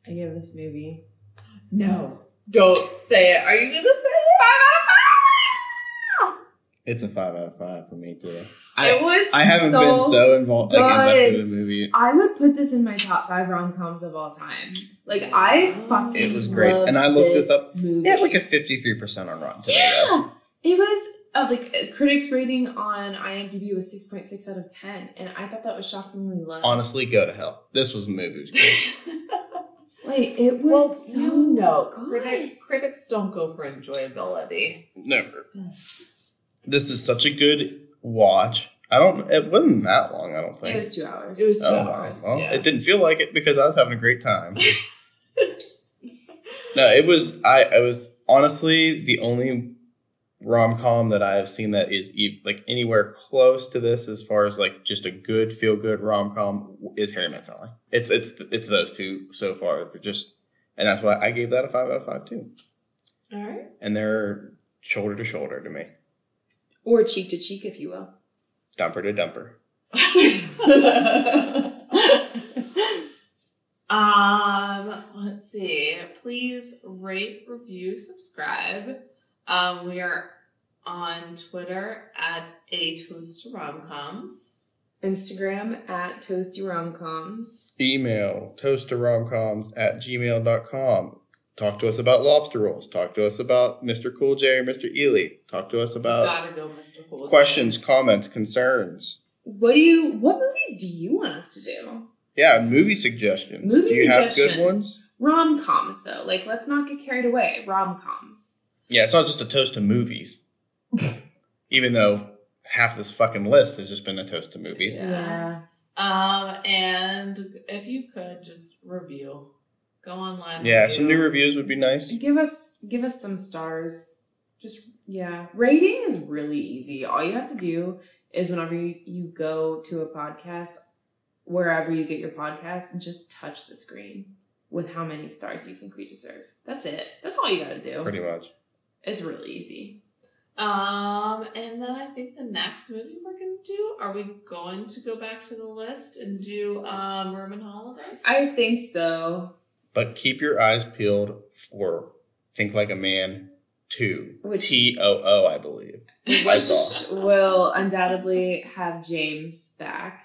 I give this movie
No. Don't say it. Are you going to say it?
It's a five out of five for me too.
it was
I haven't
So
been so involved, like invested
good.
in the movie.
I would put this in my top five rom coms of all time. Like I fucking
It was great.
love
And I looked this up.
Movie.
It had like a fifty-three percent on Rotten Tomatoes.
Yeah. It was uh, like a critics rating on IMDb was six point six out of ten, and I thought that was shockingly low.
Honestly, go to hell. This was a movie. It was great.
like it was
Well,
so
you know,
good.
critic, critics don't go for enjoyability.
Never. This is such a good watch. I don't. It wasn't that long. I don't think.
It was two hours.
It was so
Oh,
hours.
well,
yeah.
It didn't feel like it because I was having a
*laughs*
great time. no, it was. I, I was honestly the only rom com that I have seen that is e- like anywhere close to this as far as like just a good feel good rom com is Harry Met Sally. It's it's it's those two so far. They're just and that's why I gave that a five out of five too.
All right.
And they're shoulder to shoulder to me,
or cheek to cheek, if you will. *laughs*
dumper to dumper.
um, let's see. Please rate, review, subscribe. Um, we are on Twitter at a toast to romcoms.
Instagram at toasty romcoms.
email toasterromcoms at gmail.com. Talk to us about lobster rolls. Talk to us about Mr. Cool J or Mr. Ely. Talk to us about
Gotta go, Mr. Cool.
questions, comments, concerns.
What do you? What movies do you want us to do?
Yeah, movie suggestions.
Movie
do you have
suggestions.
good ones?
Rom coms though. Like let's not get carried away. Rom coms.
Yeah, it's not just a toast
*laughs*
to movies. Even though half this fucking list has just been a toast to movies.
Yeah. Um, and if you could just review, go online.
Yeah, some new
review.
reviews would be nice.
Give us give us some stars. Just yeah, rating is really easy. All you have to do is whenever you, you go to a podcast, wherever you get your podcast, just touch the screen with how many stars you think we deserve. That's it. That's all you got to do.
Pretty much.
It's really easy.
Um, and then I think the next movie we're gonna do, are we going to go back to the list and do um Roman Holiday?
I think so.
But keep your eyes peeled for Think Like a Man 2.
Which
T O O, I believe. I saw.
will undoubtedly have James back.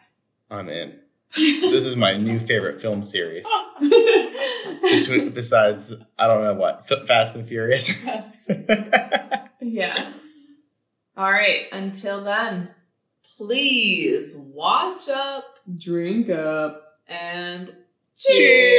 I'm in. This is my new favorite film series.
yeah.
Between, besides, I don't know what, F- Fast and Furious. *laughs*
All right. Until then,
Please watch up
drink up.
and
Cheers.